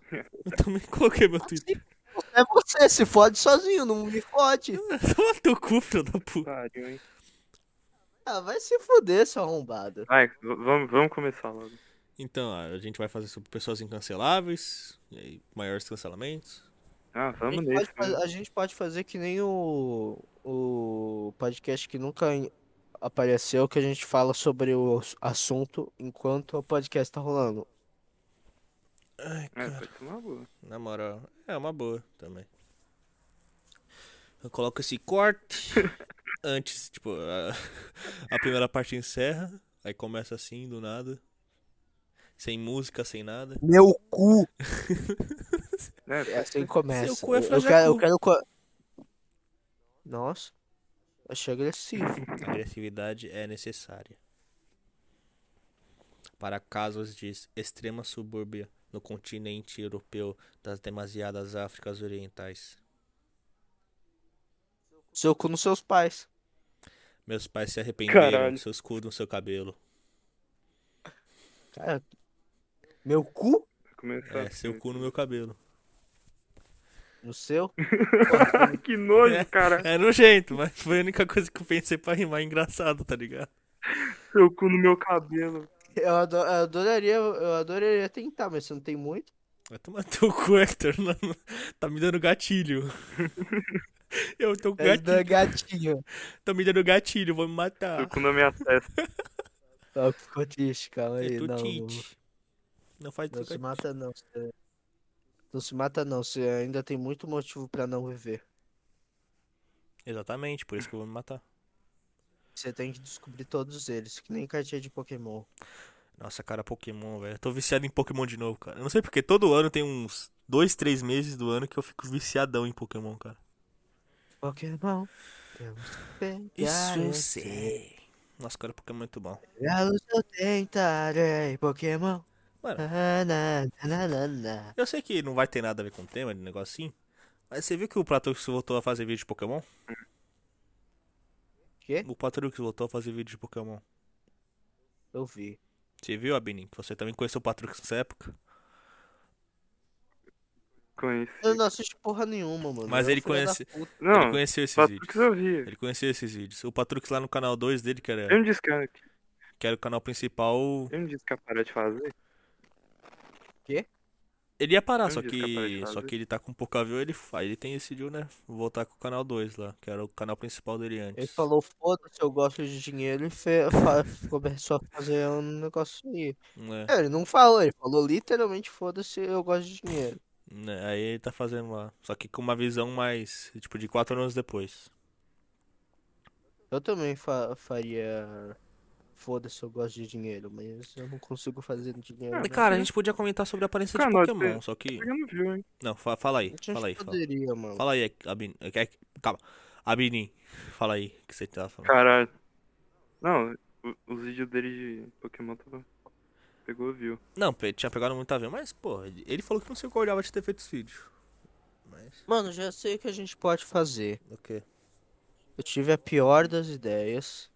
S3: Eu também coloquei meu Twitter.
S1: É você, se fode sozinho, não me fode.
S3: Toma teu cu, filho da puta.
S2: Pariu, hein?
S1: Ah, vai se fuder, seu arrombado.
S2: Vai, v- vamos, vamos começar logo.
S3: Então, a gente vai fazer sobre pessoas incanceláveis, e aí, maiores cancelamentos.
S2: Ah,
S1: A
S2: vamos
S1: gente,
S2: nesse.
S1: pode fazer,
S3: né?
S1: a gente pode fazer que nem o, o podcast que nunca em- apareceu, que a gente fala sobre o ass- assunto enquanto o podcast tá rolando.
S3: Ai,
S2: É,
S3: cara,
S2: pode ser uma boa.
S3: na moral, é uma boa também. Eu coloco esse corte antes, tipo, a, a primeira parte encerra, aí começa assim, do nada. Sem música, sem nada.
S1: Meu cu!
S2: É,
S1: É
S2: pode
S1: assim
S2: ser.
S1: que começa.
S3: Seu cu é
S1: Eu- eu,
S3: frajacu.
S1: quero, eu quero co- Nossa. Achei agressivo.
S3: Agressividade é necessária. Para casos de extrema subúrbia no continente europeu das demasiadas Áfricas Orientais.
S1: Seu cu nos seus pais.
S3: Meus pais se arrependeram,
S2: Caralho.
S3: seus cu no seu cabelo.
S1: Cara, meu cu?
S2: Vai
S1: Tá
S2: começar
S3: É, seu
S2: assim.
S3: cu no meu cabelo.
S1: No seu?
S2: Ah, que nojo, cara.
S3: É nojento, mas foi a única coisa que eu pensei pra rimar engraçado, tá ligado?
S2: Seu cu no meu cabelo.
S1: Eu, ado- eu adoraria, eu adoraria tentar, mas você não tem muito.
S3: Vai tomar teu cu, Hector. não- não- Tá me dando gatilho. Eu tô com
S1: É da
S3: gatilho.
S1: gatinho.
S3: Tá me dando gatilho, vou me matar.
S2: Seu cu na minha testa.
S1: Ah, ficou triste, calma aí.
S3: É
S1: Não, não,
S3: tutite. Não faz
S1: não se
S3: tutite.
S1: mata não. você- Não se mata não, você ainda tem muito motivo pra não viver.
S3: Exatamente, por isso que eu vou me matar.
S1: Você tem que descobrir todos eles, que nem cartinha de Pokémon.
S3: Nossa, cara, Pokémon, velho. Eu tô viciado em Pokémon de novo, cara. Eu não sei porque todo ano tem uns dois, três meses do ano que eu fico viciadão em Pokémon, cara.
S1: Pokémon, temos que pegar
S3: Isso eu
S1: esse-
S3: sei. Nossa, cara, Pokémon é muito bom.
S1: A luz eu tentarei, Pokémon.
S3: Mano.
S1: Ah, na, na, na, na.
S3: Eu sei que não vai ter nada a ver com o tema de negócio assim, mas você viu que o Platrux voltou a fazer vídeo de Pokémon?
S1: Quê?
S3: O Platrux voltou a fazer vídeo de Pokémon.
S1: Eu vi.
S3: Você viu, Abinin? que Você também conheceu o Platrux nessa época?
S2: Conheci.
S1: Eu não assisto porra nenhuma, mano.
S3: Mas
S1: é um
S3: ele
S1: filho da
S3: conhece-
S1: puta.
S3: Ele
S2: Não,
S3: conheceu esses
S2: fato que
S3: vídeos.
S2: eu vi.
S3: Ele conheceu esses vídeos. O Patrux lá no canal 2 dele, que era,
S2: Ele não disse que, eu-
S3: que era o canal principal,
S2: ele não disse que ia parar de fazer.
S3: Ele ia parar,
S2: Onde
S3: só
S2: ele é capaz de
S3: que, só
S2: fazer?
S3: que ele tá com pouca view, ele, aí ele tem decidiu, né, voltar com o canal 2 lá, que era o canal principal dele
S1: Ele
S3: antes.
S1: falou, foda-se, eu gosto de dinheiro e fe- fa- começou a fazer um negócio aí.
S3: Né,
S1: É, Ele não falou, ele falou literalmente, foda-se, eu gosto de dinheiro.
S3: né, aí ele tá fazendo lá, só que com uma visão mais, tipo, de 4 anos depois.
S1: Eu também fa- faria, foda-se, eu gosto de dinheiro, mas eu não consigo fazer dinheiro.
S3: Mas,
S1: né?
S3: cara, a gente podia comentar sobre a aparência de
S2: Cara, nós
S3: Pokémon,
S2: tem-
S3: só que...
S2: Eu não viu, hein?
S3: Não, fa- fala
S1: A
S3: aí,
S1: gente
S3: fala aí, fala,
S1: poderia, mano.
S3: fala aí, Abin, é que- é que- calma, Abinin, fala aí, o que você tá falando.
S2: Caralho. Não, o- os vídeos dele de Pokémon tava... Pegou, viu.
S3: Não, pe- tinha pegado muito a ver, mas, pô, ele ele falou que não se recordava de ter feito os vídeos. Mas,
S1: Mano, já sei o que a gente pode fazer.
S3: ok.
S1: Eu tive a pior das ideias.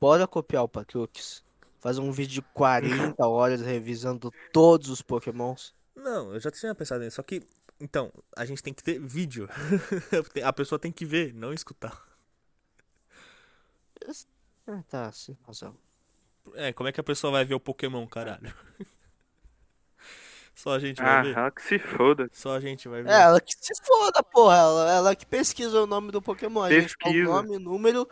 S1: Bora copiar o Patrux. Fazer um vídeo de 40 horas revisando todos os Pokémons.
S3: Não, eu já tinha pensado nisso, só que. Então, a gente tem que ter vídeo. a pessoa tem que ver, não escutar.
S1: Ah, tá, sem razão.
S3: É, como é que a pessoa vai ver o Pokémon, caralho? Só a gente vai
S2: Ah,
S3: ver.
S2: ela que se foda.
S3: Só a gente vai ver.
S1: É, ela que se foda, porra. Ela, ela que pesquisa o nome do Pokémon. A gente fala o
S2: Pesquisa.
S1: nome, número.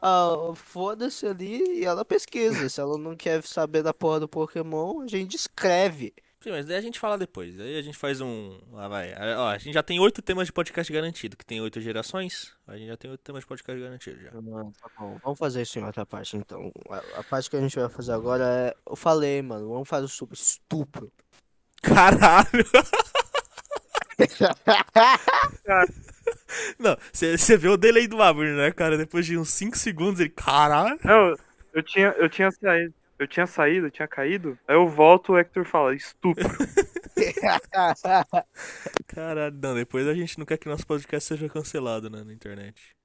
S1: ah, foda-se ali e ela pesquisa. Se ela não quer saber da porra do Pokémon, a gente escreve.
S3: Sim, mas daí a gente fala depois. Aí a gente faz um. Ah, vai. Ah, Ó, a gente já tem oito temas de podcast garantido, que tem oito gerações. A gente já tem oito temas de podcast garantido já.
S1: Não, tá bom. Vamos fazer isso em outra parte, então. A, a parte que a gente vai fazer agora é. Eu falei, mano, vamos fazer sobre estupro.
S3: Caralho! Não, você vê o delay do Abner, né, cara? Depois de uns 5 segundos ele. Caralho!
S2: Não, eu tinha, eu tinha saído. Eu tinha saído, eu tinha caído. Aí eu volto, o Hector fala, estupro.
S3: Caralho, não, depois a gente não quer que nosso podcast seja cancelado né, na internet.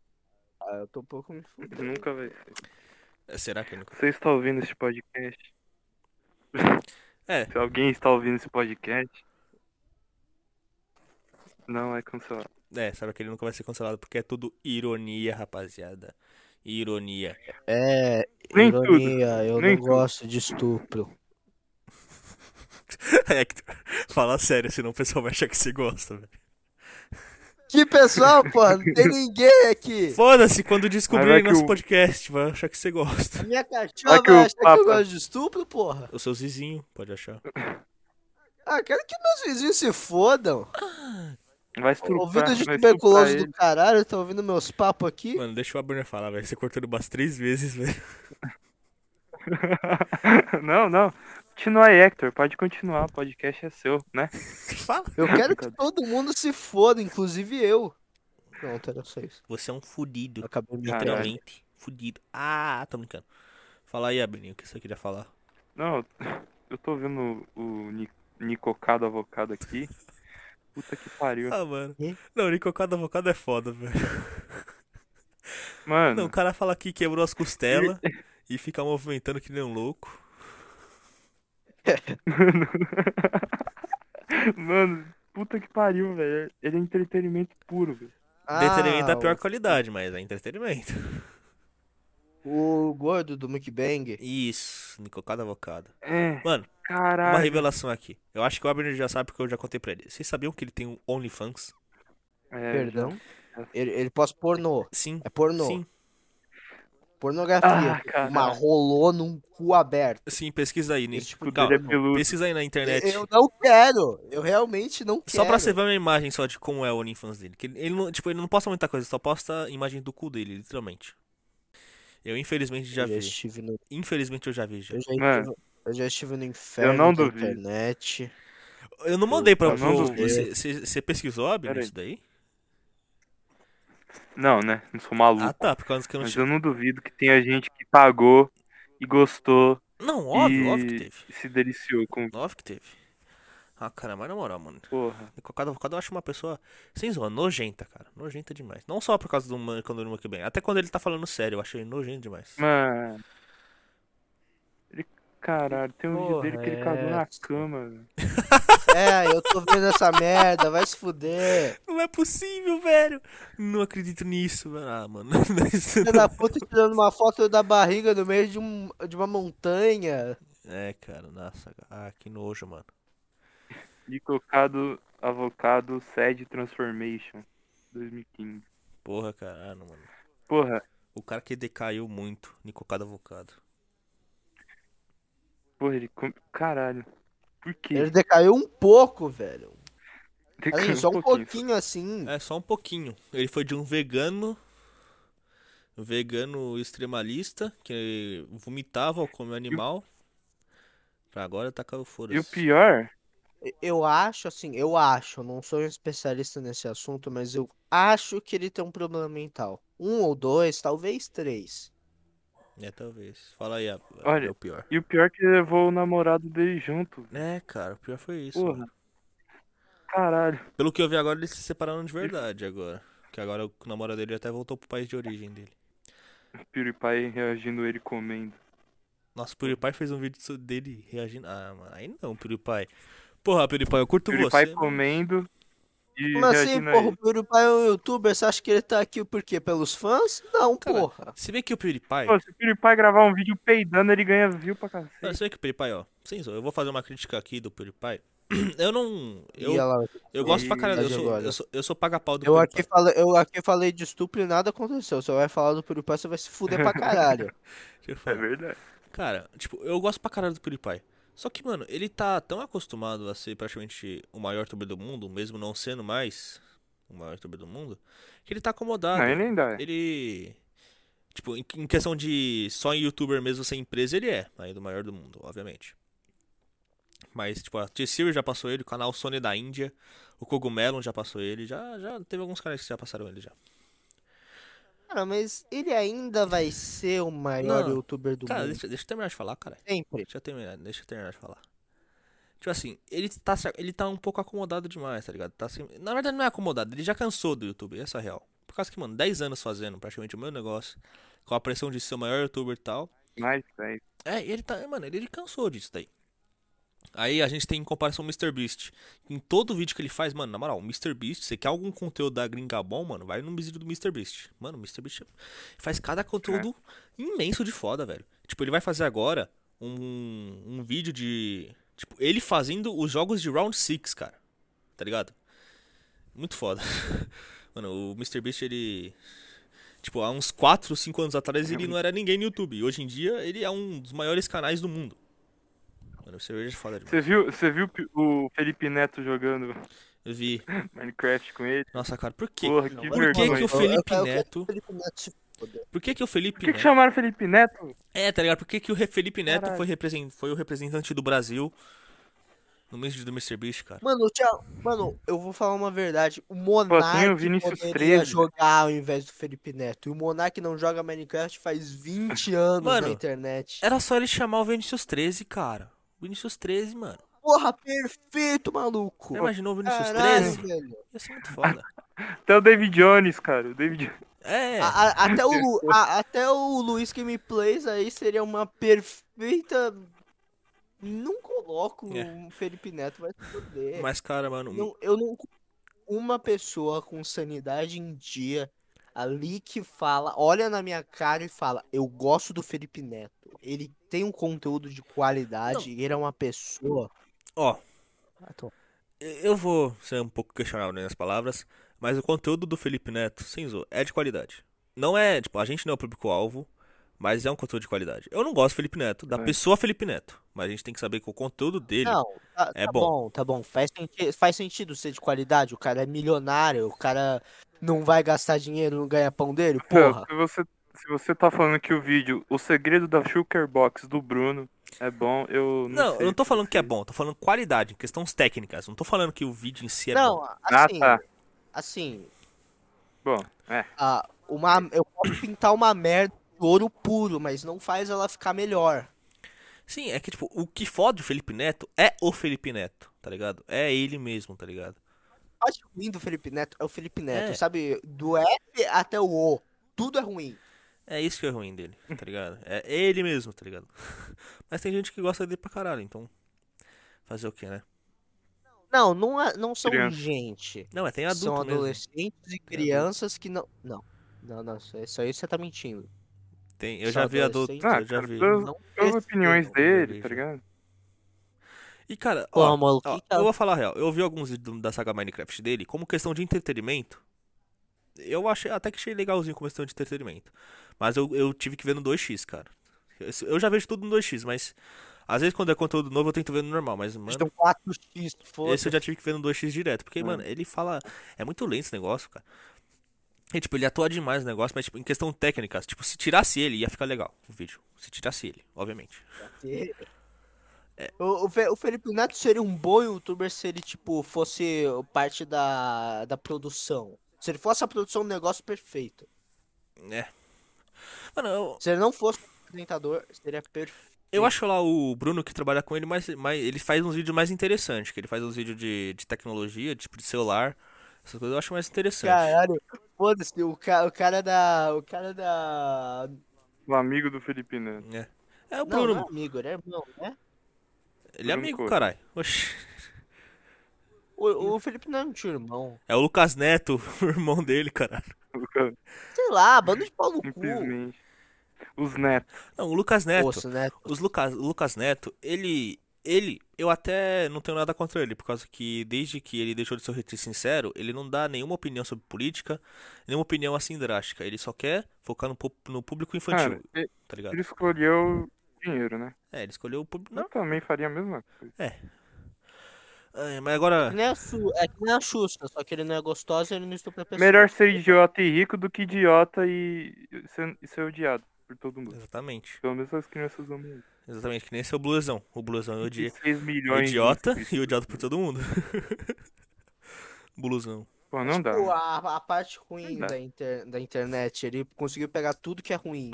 S1: Ah, eu tô um pouco me
S2: Eu Nunca vai ser.
S3: É, será que ele
S2: Você está ouvindo esse podcast?
S3: É.
S2: Se alguém está ouvindo esse podcast, não é cancelado.
S3: É, sabe que ele nunca vai ser cancelado porque é tudo ironia, rapaziada. Ironia.
S1: É,
S2: Nem tudo,
S1: ironia, eu
S2: nem
S1: não
S2: tudo.
S1: gosto de estupro.
S3: Hector, É fala sério, senão o pessoal vai achar que você gosta, velho.
S1: Que pessoal, pô, não tem ninguém aqui.
S3: Foda-se quando
S2: Mas
S3: descobrirem
S2: vai que
S3: nosso
S2: o-
S3: podcast, vai achar que você gosta.
S1: Minha cachorra
S2: Vai que o
S1: vai achar que
S2: Papa-
S1: eu gosto de estupro, porra.
S3: O seu vizinho pode achar.
S1: Ah, quero que meus vizinhos se fodam.
S2: Vai estuprar,
S1: Ouvido de é
S2: vai estuprar
S1: tuberculose
S2: ele.
S1: do caralho, estão ouvindo meus papos aqui.
S3: Mano, deixa o Abner falar, velho. Você cortou ele umas três vezes, velho.
S2: não, não. Continua aí, Hector. Pode continuar. O podcast é seu, né?
S3: Fala.
S1: Eu quero que todo mundo se foda, inclusive eu. Pronto, era só isso.
S3: Você é um fudido,
S1: Eu acabei me
S2: Caralho.
S1: entregando.
S3: literalmente. Fudido. Ah, tô brincando. Fala aí, Abner, o que você queria falar?
S2: Não, eu tô ouvindo o, o Ni- Nicocado Avocado aqui. Puta que pariu.
S3: Ah, mano.
S1: Hã?
S3: Não, Nicocado Avocado é foda, velho. Não, o
S2: Mano,
S3: cara fala que quebrou as costelas e fica movimentando que nem um louco.
S2: mano, puta que pariu, velho. Ele é entretenimento puro, velho.
S3: Entretenimento
S1: Ah,
S3: da pior qualidade, mas é entretenimento.
S1: O, o gordo do mukbang.
S3: Isso, Nicocado Avocado.
S2: É,
S3: Mano, uma
S2: caralho.
S3: revelação aqui. Eu acho que o Abner já sabe porque eu já contei pra ele. Vocês sabiam que ele tem um OnlyFans?
S2: É,
S1: Perdão? Ele, ele pode pornô.
S3: Sim,
S1: É pornô.
S3: sim,
S1: Pornografia.
S2: Ah, caralho.
S1: Uma rolou num cu aberto.
S3: sim, pesquisa aí. Nisso.
S1: Esse
S2: O
S1: tipo
S3: Calma,
S2: dele é peludo.
S3: pesquisa aí na internet.
S1: Eu não quero. Eu realmente não quero.
S3: Só pra você ver uma imagem só de como é o OnlyFans dele. Que ele, ele não, tipo, ele não posta muita coisa, só posta imagem do cu dele, literalmente. Eu infelizmente já
S1: eu já
S3: vi. É.
S1: estive no,
S3: Infelizmente eu já vi já.
S1: eu já
S2: Mano.
S1: estive, eu já estive no inferno
S2: não
S1: da
S2: duvido.
S1: internet.
S3: Eu não mandei pra
S2: Eu não
S3: pro-
S2: duvido.
S3: você. você- Você pesquisou, Abner,
S2: Pera aí.
S3: isso daí?
S2: Não, né? Não sou maluco.
S3: Ah tá, por causa que eu não
S2: Mas
S3: tive.
S2: eu não duvido que tenha gente que pagou e gostou
S3: Não, óbvio,
S2: e
S3: óbvio que teve.
S2: se deliciou com
S3: Óbvio que teve. Ah, cara, mas na moral, mano.
S2: porra.
S3: Cocada avocado eu acho uma pessoa, sem zoar, nojenta, cara. Nojenta demais. Não só por causa do mano quando ele que bem. Até quando ele tá falando sério, eu achei nojento demais.
S2: Mano. Ele, caralho, tem um vídeo
S1: Porra,
S2: dele que ele
S3: é,
S2: cagou na
S1: essa.
S2: cama, velho.
S1: É, eu tô vendo essa merda, vai se fuder.
S3: Não é possível, velho. Não acredito nisso, velho. Ah, mano.
S1: Filha da puta tirando uma foto da barriga no meio de, um, de uma montanha.
S3: É, cara, nossa. Ah, que nojo, mano.
S2: De cocado avocado Sad Transformation 2015.
S3: Porra, caralho, mano.
S2: Porra,
S3: O cara que decaiu muito, Nicocado Avocado.
S2: porra, ele. com- Caralho. Por quê?
S1: Ele decaiu um pouco, velho.
S2: Tem que-
S1: Assim, só um
S2: pouquinho.
S1: pouquinho assim.
S3: É, só um pouquinho. Ele foi de um vegano. Vegano extremalista que vomitava ao comer animal. Pra agora tá caiu fora.
S2: E o pior,
S1: Eu acho, assim, eu acho, eu não sou um especialista nesse assunto, mas eu acho que ele tem um problema mental. Um ou dois, talvez três.
S3: É, talvez. Fala aí, a-
S2: Olha-
S3: o pior.
S2: e o pior é que ele levou o namorado dele junto.
S3: É, cara, o pior foi isso.
S2: Porra.
S3: mano.
S2: Caralho.
S3: Pelo que eu vi agora, eles se separaram de verdade agora. Que agora o namorado dele até voltou pro país de origem dele.
S2: PewDiePie reagindo ele comendo.
S3: Nossa, o PewDiePie fez um vídeo so- dele reagindo. Ah, mano, aí não, PewDiePie. Porra, PewDiePie, eu curto
S2: PewDiePie
S3: você.
S2: comendo e
S1: Como assim,
S2: reagindo a
S1: porra?
S2: ele.
S1: O PewDiePie é um youtuber, você acha que ele tá aqui por quê? Pelos fãs? Não,
S3: Cara,
S1: porra.
S3: Se bem que o PewDiePie.
S2: Pô, se o PewDiePie gravar um vídeo peidando, ele ganha view pra
S3: Não,
S2: cacete.
S3: se bem que o PewDiePie, ó. Sem zoa, eu vou fazer uma crítica aqui do PewDiePie. Eu não. Eu,
S1: E ela-
S3: eu gosto pra caralho. Eu
S1: Verdade
S3: sou,
S1: agora.
S3: eu sou, eu sou paga-pau do
S1: eu,
S3: PewDiePie.
S1: aqui falei, eu aqui falei de estupro e nada aconteceu. Você vai falar do PewDiePie, você vai se fuder pra caralho.
S3: Deixa eu falar.
S2: É verdade.
S3: Cara, tipo, eu gosto pra caralho do PewDiePie. Só que, mano, ele tá tão acostumado a ser praticamente o maior youtuber do mundo, mesmo não sendo mais o maior youtuber do mundo, que ele tá acomodado.
S2: Não, ele ainda é.
S3: Ele. Tipo, em em questão de só em youtuber mesmo ser empresa, ele é ainda o maior do mundo, obviamente. Mas, tipo, a T-Series já passou ele, o canal Sony da Índia, o Cogumelon já passou ele, já, já teve alguns caras que já passaram ele já.
S1: Cara, mas ele ainda vai ser o maior
S3: Não.
S1: youtuber do
S3: Cara,
S1: mundo.
S3: deixa, deixa eu terminar de falar, cara.
S1: Sempre.
S3: Deixa eu terminar, deixa eu terminar de falar. Tipo assim, ele tá, se- ele tá um pouco acomodado demais, tá ligado? Tá sem- na verdade, não é acomodado, ele já cansou do YouTube, essa é a real. Por causa que, mano, 10 anos fazendo praticamente o meu negócio, com a pressão de ser o maior youtuber e tal.
S2: Mais 10.
S3: É, e ele tá. Mano, ele, ele cansou disso daí. Aí a gente tem em comparação o MrBeast. Em todo vídeo que ele faz, mano, na moral, o MrBeast, você quer algum conteúdo da gringa bom, mano, vai no vídeo do MrBeast. Mano, o MrBeast faz cada conteúdo imenso de foda, velho. Tipo, ele vai fazer agora um, um vídeo de. Tipo, ele fazendo os jogos de Round 6, cara. Tá ligado? Muito foda. Mano, o MrBeast, ele. Tipo, há uns 4, 5 anos atrás ele não era ninguém no YouTube. E hoje em dia ele é um dos maiores canais do mundo. Mano, o cerveja é foda demais.
S2: Você viu, você viu o Felipe Neto jogando
S3: Eu vi.
S2: Minecraft com ele?
S3: Nossa, cara, por quê?
S2: Porra, que
S3: Por que,
S2: vergonha.
S3: que o
S2: Por
S1: Eu- eu
S3: Felipe
S1: quero que o
S3: Neto.
S1: Felipe Neto se
S3: Por que, que o Felipe
S2: que, que
S3: Neto.
S2: chamaram Felipe Neto?
S3: É, tá ligado? Por que, que o Re- Felipe Neto
S2: Caralho.
S3: foi, represen- foi o representante do Brasil no mês do MrBeast, cara?
S1: Mano, tchau. Mano, eu vou falar uma verdade. O Monark
S2: tem o Vinícius
S1: poderia
S2: Treza.
S1: jogar ao invés do Felipe Neto. E o Monark não joga Minecraft faz 20 anos
S3: Mano,
S1: na internet.
S3: Era só ele chamar o Vinicius 13, cara. Vinicius 13, mano.
S1: Porra, perfeito, maluco.
S3: Já imaginou é- o Vinicius
S1: Caralho,
S3: 13?
S1: velho.
S3: Ia ser muito foda.
S2: Até o David Jones, cara. O David
S3: É.
S1: A- a- até, o, Lu- a- até o Luiz Gameplays aí seria uma perfeita. Não coloco
S3: É.
S1: o Felipe Neto, vai se foder.
S3: Mas, cara, mano.
S1: é. Não, eu não. conheço Uma pessoa com sanidade em dia ali que fala, olha na minha cara e fala: Eu gosto do Felipe Neto. Ele tem um conteúdo de qualidade e ele é uma pessoa.
S3: Ó,
S1: Ah, tô-
S3: Eu vou ser um pouco questionável nas minhas palavras, mas o conteúdo do Felipe Neto, sem zoar, é de qualidade. Não é, tipo, a gente não é o público-alvo, mas é um conteúdo de qualidade. Eu não gosto do Felipe Neto, da
S2: É.
S3: pessoa Felipe Neto, mas a gente tem que saber que o conteúdo dele.
S1: Não, tá,
S3: é
S1: tá
S3: bom.
S1: tá bom. Faz, senti- faz sentido ser de qualidade. O cara é milionário, o cara não vai gastar dinheiro no ganha-pão dele, porra.
S2: Se você, se você tá falando que o vídeo O Segredo da Sugar Box do Bruno é bom, eu não
S3: Não, eu
S2: sei
S3: não tô
S2: se
S3: falando que é
S2: vocês-
S3: bom, tô falando qualidade, questões técnicas. Não tô falando que o vídeo em si é
S1: Não,
S3: bom.
S1: assim,
S2: Ah, tá.
S1: assim,
S2: Bom, é.
S1: Ah, uma, eu posso pintar uma merda de ouro puro, mas não faz ela ficar melhor.
S3: Sim, é que, tipo, o que fode o Felipe Neto é o Felipe Neto, tá ligado? É ele mesmo, tá ligado?
S1: A parte ruim do Felipe Neto é o Felipe Neto,
S3: É.
S1: sabe? Do F até o O, tudo é ruim.
S3: É isso que é ruim dele, tá ligado? É ele mesmo, tá ligado? Mas tem gente que gosta dele pra caralho, então. Fazer o quê, né?
S1: Não, não, é- não são
S2: Criança.
S1: gente.
S3: Não, mas tem adulto
S1: São
S3: mesmo.
S1: adolescentes e crianças que não. Não. Não, não, isso isso aí você tá mentindo.
S3: Tem, eu
S1: São
S3: já vi adulto, eu
S2: Ah,
S1: adolescentes.
S3: já
S2: cara,
S3: vi.
S2: eu-
S1: Não
S2: As opiniões
S1: percebam.
S2: dele,
S3: vejo.
S2: tá ligado?
S3: E cara,
S1: Porra,
S3: ó,
S1: maluco,
S3: ó,
S1: que que é
S3: eu vou falar a real. Eu vi alguns vídeos do- da saga Minecraft dele, como questão de entretenimento. Eu achei, até que achei legalzinho como questão de entretenimento. Mas eu, eu tive que ver no 2x, cara. Eu, eu já vejo tudo no 2x, mas às vezes quando é conteúdo novo eu tento ver no normal, mas mano,
S1: Estão 4x, Então, foda-se.
S3: Esse eu já tive que ver no 2x direto, porque,
S2: Mano.
S3: mano, ele fala. É muito lento esse negócio, cara. E, tipo, ele atua demais no negócio, mas, tipo, em questão técnica, tipo, se tirasse ele, ia ficar legal o vídeo. Se tirasse ele, obviamente. é
S1: O, o Fe- o Felipe Neto seria um bom youtuber se ele, tipo, fosse parte da, da produção. Se ele fosse a produção do negócio perfeito.
S3: É. Mano, eu,
S1: Se ele não fosse um apresentador, seria perfeito.
S3: eu acho lá o Bruno que trabalha com ele, mas, mas ele faz uns vídeos mais interessantes, que ele faz uns vídeos de, de tecnologia, tipo, de celular. Essas coisas eu acho mais interessante.
S1: Caralho, foda-se, o, ca, o cara da. O cara da.
S2: O Um amigo do Felipe Neto.
S3: É. É o
S1: Não,
S3: Bruno.
S1: não é amigo, ele é irmão, né?
S3: Ele
S2: Bruno
S3: é amigo,
S2: Couto.
S3: caralho. Oxi.
S1: O, o Felipe Neto não tinha irmão.
S3: É o Lucas Neto, o irmão dele, caralho.
S1: Sei lá, bando de pau no cu.
S2: Simplesmente. Os netos.
S3: Não, o Lucas Neto.
S1: Poxa, né?
S3: Os Lucas, o Lucas Neto, ele, ele, eu até não tenho nada contra ele, por causa que desde que ele deixou de ser o retiro sincero, ele não dá nenhuma opinião sobre política, nenhuma opinião assim drástica. Ele só quer focar no, pu- no público
S2: Cara,
S3: infantil,
S2: e-
S3: tá ligado?
S2: ele escolheu dinheiro, né?
S3: É, ele escolheu o público.
S2: Eu
S3: Não,
S2: também faria a mesma coisa.
S3: é, mas
S1: É que
S3: agora.
S1: nem a Su- é que nem a Xuxa, só que ele não é gostoso e ele não estupra pessoas.
S2: Melhor ser idiota e rico do que idiota e e ser, e ser odiado por todo mundo.
S3: Exatamente.
S2: Pelo menos as crianças do mundo.
S3: Exatamente, que nem esse é o blusão. O blusão eu odiei.
S2: 6 milhões de
S3: idiota
S2: inscritos.
S3: e odiado por todo mundo. Blusão.
S2: Pô, não dá.
S1: Tipo,
S2: né?
S1: a, a parte ruim
S2: dá.
S1: da, inter- da internet, ele conseguiu pegar tudo que é ruim.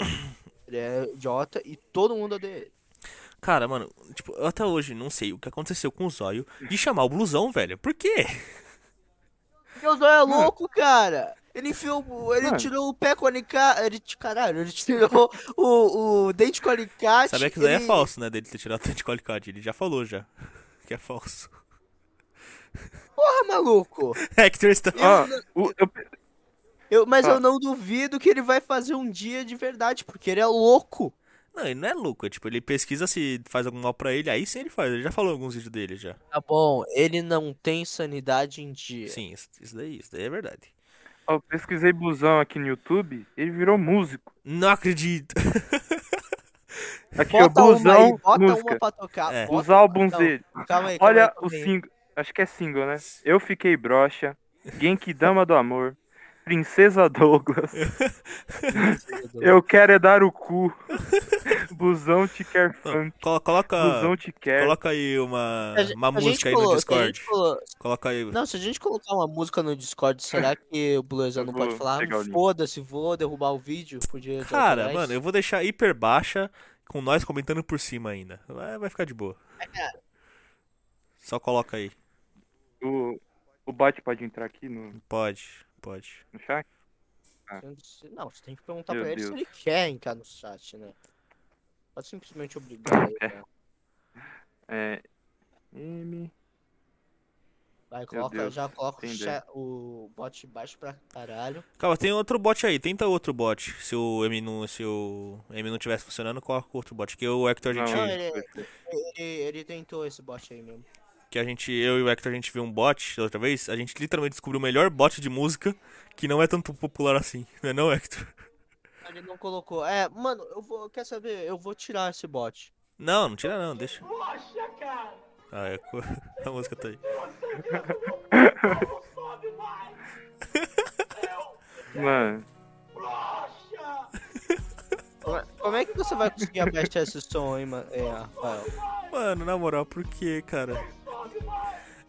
S1: Ele é idiota e todo mundo odeia ele.
S3: Cara, mano, tipo, eu até hoje não sei o que aconteceu com o Zóio de chamar o blusão, velho. Por quê?
S1: Porque o Zóio é louco, cara. Ele enfiou, o- ele
S2: Mano.
S1: tirou o pé com alicate, ele, ti- caralho, ele tirou o, o dente com alicate.
S3: Sabe que isso daí é
S1: ele-
S3: falso, né? Dele ter tirado o tanto qualificado. Ele já falou já. Que é falso.
S1: Porra, maluco.
S3: Hector Stone.
S2: Ó, o- eu,
S1: Eu, mas
S2: Ah.
S1: eu não duvido que ele vai fazer um dia de verdade, porque ele é louco.
S3: Não, ele não é louco. é Tipo, ele pesquisa se faz algum mal pra ele. Aí sim ele faz. Ele já falou em alguns vídeos dele já.
S1: Tá bom, ele não tem sanidade em dia.
S3: Sim, isso, isso daí, isso daí é verdade.
S2: ó, eu pesquisei busão aqui no YouTube, ele virou músico.
S3: Não acredito.
S2: Aqui,
S1: Bota
S2: ó,
S1: uma aí,
S2: busão,
S1: bota uma
S2: música.
S1: pra um tocar.
S3: É.
S1: bota
S2: Os
S1: uma-
S2: álbuns
S1: não,
S2: dele.
S1: Calma aí, calma aí,
S2: Olha
S1: calma
S2: o
S1: aí.
S2: single. Acho que é single, né? Eu Fiquei Broxa, Genkidama do Amor, Princesa Douglas, Eu Quero É Dar o Cu, Busão Te Quer
S3: Não,
S2: Funk,
S3: colo- coloca,
S2: Busão Te Quer.
S3: coloca aí uma,
S1: É. A ge-
S3: uma
S1: a gente
S3: música aí
S1: colo-
S3: no
S1: se a
S3: Discord.
S1: gente colo-
S3: Coloca aí.
S1: Não, se a gente colocar uma música no Discord, será que o Bluezão
S2: Eu
S1: não
S2: vou
S1: pode falar?
S2: pegar o link.
S1: Foda-se, vou derrubar o vídeo por direito de
S3: Cara,
S1: autorais"?
S3: mano, eu vou deixar hiper baixa com nós comentando por cima ainda. Vai, vai ficar de boa. Só coloca aí.
S2: O, o bot pode entrar aqui no,
S3: Pode, pode.
S2: no chat?
S1: Não, você tem que perguntar
S2: Meu
S1: pra ele se
S2: Deus.
S1: ele quer entrar no chat, né? Pode simplesmente obrigar ele, né?
S2: É. M.
S1: Vai,
S2: Meu
S1: coloca,
S2: Deus,
S1: já coloca o,
S2: entendi.
S1: cha- o bot baixo pra caralho.
S3: Calma, tem outro bot aí. Tenta outro bot. Se o M não, se o M não tivesse funcionando, coloca outro bot. Que eu, o Hector, a
S2: Não,
S3: gente,
S1: Não,
S2: Sim.
S1: ele, ele, ele tentou esse bot aí mesmo.
S3: que a gente, eu e o Hector, a gente viu um bot da outra vez. A gente literalmente descobriu o melhor bot de música que não é tanto popular assim. Não é não, Hector?
S1: Ele não colocou. É, mano, eu vou. Quer saber? Eu vou tirar esse bot.
S3: Não, não tira não, deixa. Ah, é, co- a música tá aí.
S2: Mano,
S1: Como é que você vai conseguir abaixar esse som, hein, mano? É, Rafael.
S3: Mano, na moral, por que, cara?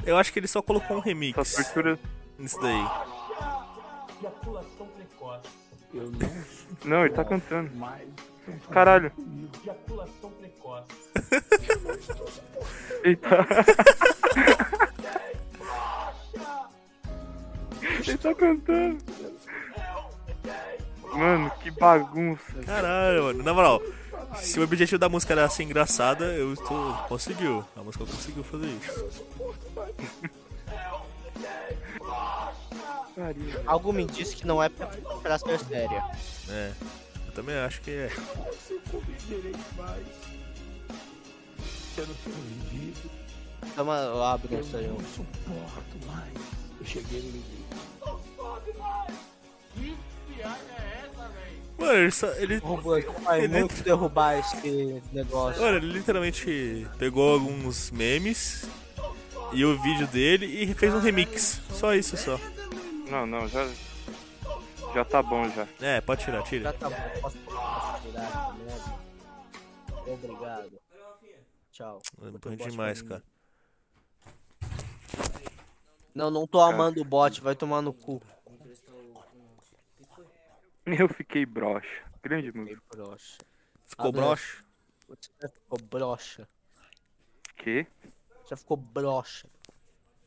S3: Eu acho que ele só colocou um remix
S2: essa tortura.
S3: nisso daí.
S2: Não, ele tá cantando. Caralho. Ele tá. Ele tá cantando. Mano, que bagunça.
S3: Caralho, mano. Na moral, se o objetivo da música era ser engraçada, eu estou. Conseguiu. A música conseguiu fazer isso.
S2: Pariu.
S1: Algo me diz que não é pra, pra ser séria.
S3: É. Eu também acho que é.
S1: Então, mano, eu abro isso aí. um ó.
S3: Mano, ele só. Ele,
S1: Robô, vai
S3: Ele-
S1: muito derrubar esse negócio.
S3: mano, ele literalmente pegou alguns memes e o vídeo dele e fez um remix. Só isso só.
S2: Não, não, já. Já tá bom já.
S3: É, pode tirar,
S1: Já
S3: tira.
S1: tá bom, posso, posso tirar essa merda? Obrigado. Tchau. um
S3: Burro demais, cara.
S1: Não, não tô amando o bot, vai tomar no cu.
S2: Eu fiquei broxa. Grande música.
S1: Broxa.
S3: Ficou
S1: Abraço.
S3: broxa?
S1: Você já ficou broxa.
S2: Que?
S1: Já ficou broxa.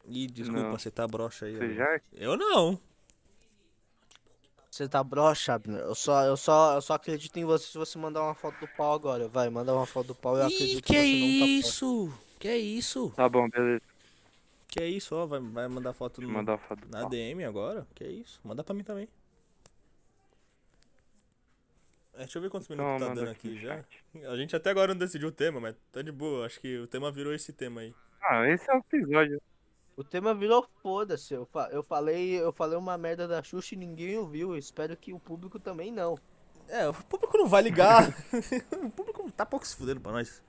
S3: Ih, desculpa,
S2: Não.
S3: você tá broxa aí.
S2: Você
S3: ó.
S2: já? é?
S3: Eu não.
S1: Você tá broxa, Abner? Eu só, eu, só, eu só acredito em você se você mandar uma foto do pau agora. Vai, manda uma foto do pau e eu
S3: Ih,
S1: acredito
S3: que
S1: que
S3: é
S1: você não tá broxa.
S3: isso? Que é isso?
S2: Tá bom, beleza.
S3: Que é isso? Ó, vai, vai mandar foto
S2: Vou
S3: no,
S2: mandar a foto. do
S3: na
S2: pau.
S3: DM agora? Que é isso? Manda pra mim também. É, deixa eu ver quantos minutos
S2: Então,
S3: tá
S2: manda
S3: dando
S2: aqui
S3: aqui
S2: no
S3: já.
S2: chat.
S3: A gente até agora não decidiu o tema, mas tá de boa. Acho que o tema virou esse tema aí.
S2: Ah, esse é o episódio.
S1: O tema virou foda-se. Eu, fa- eu, falei, eu falei uma merda da Xuxa e ninguém ouviu. Eu espero que o público também não.
S3: É, o público não vai ligar. o público tá pouco se fudendo pra nós.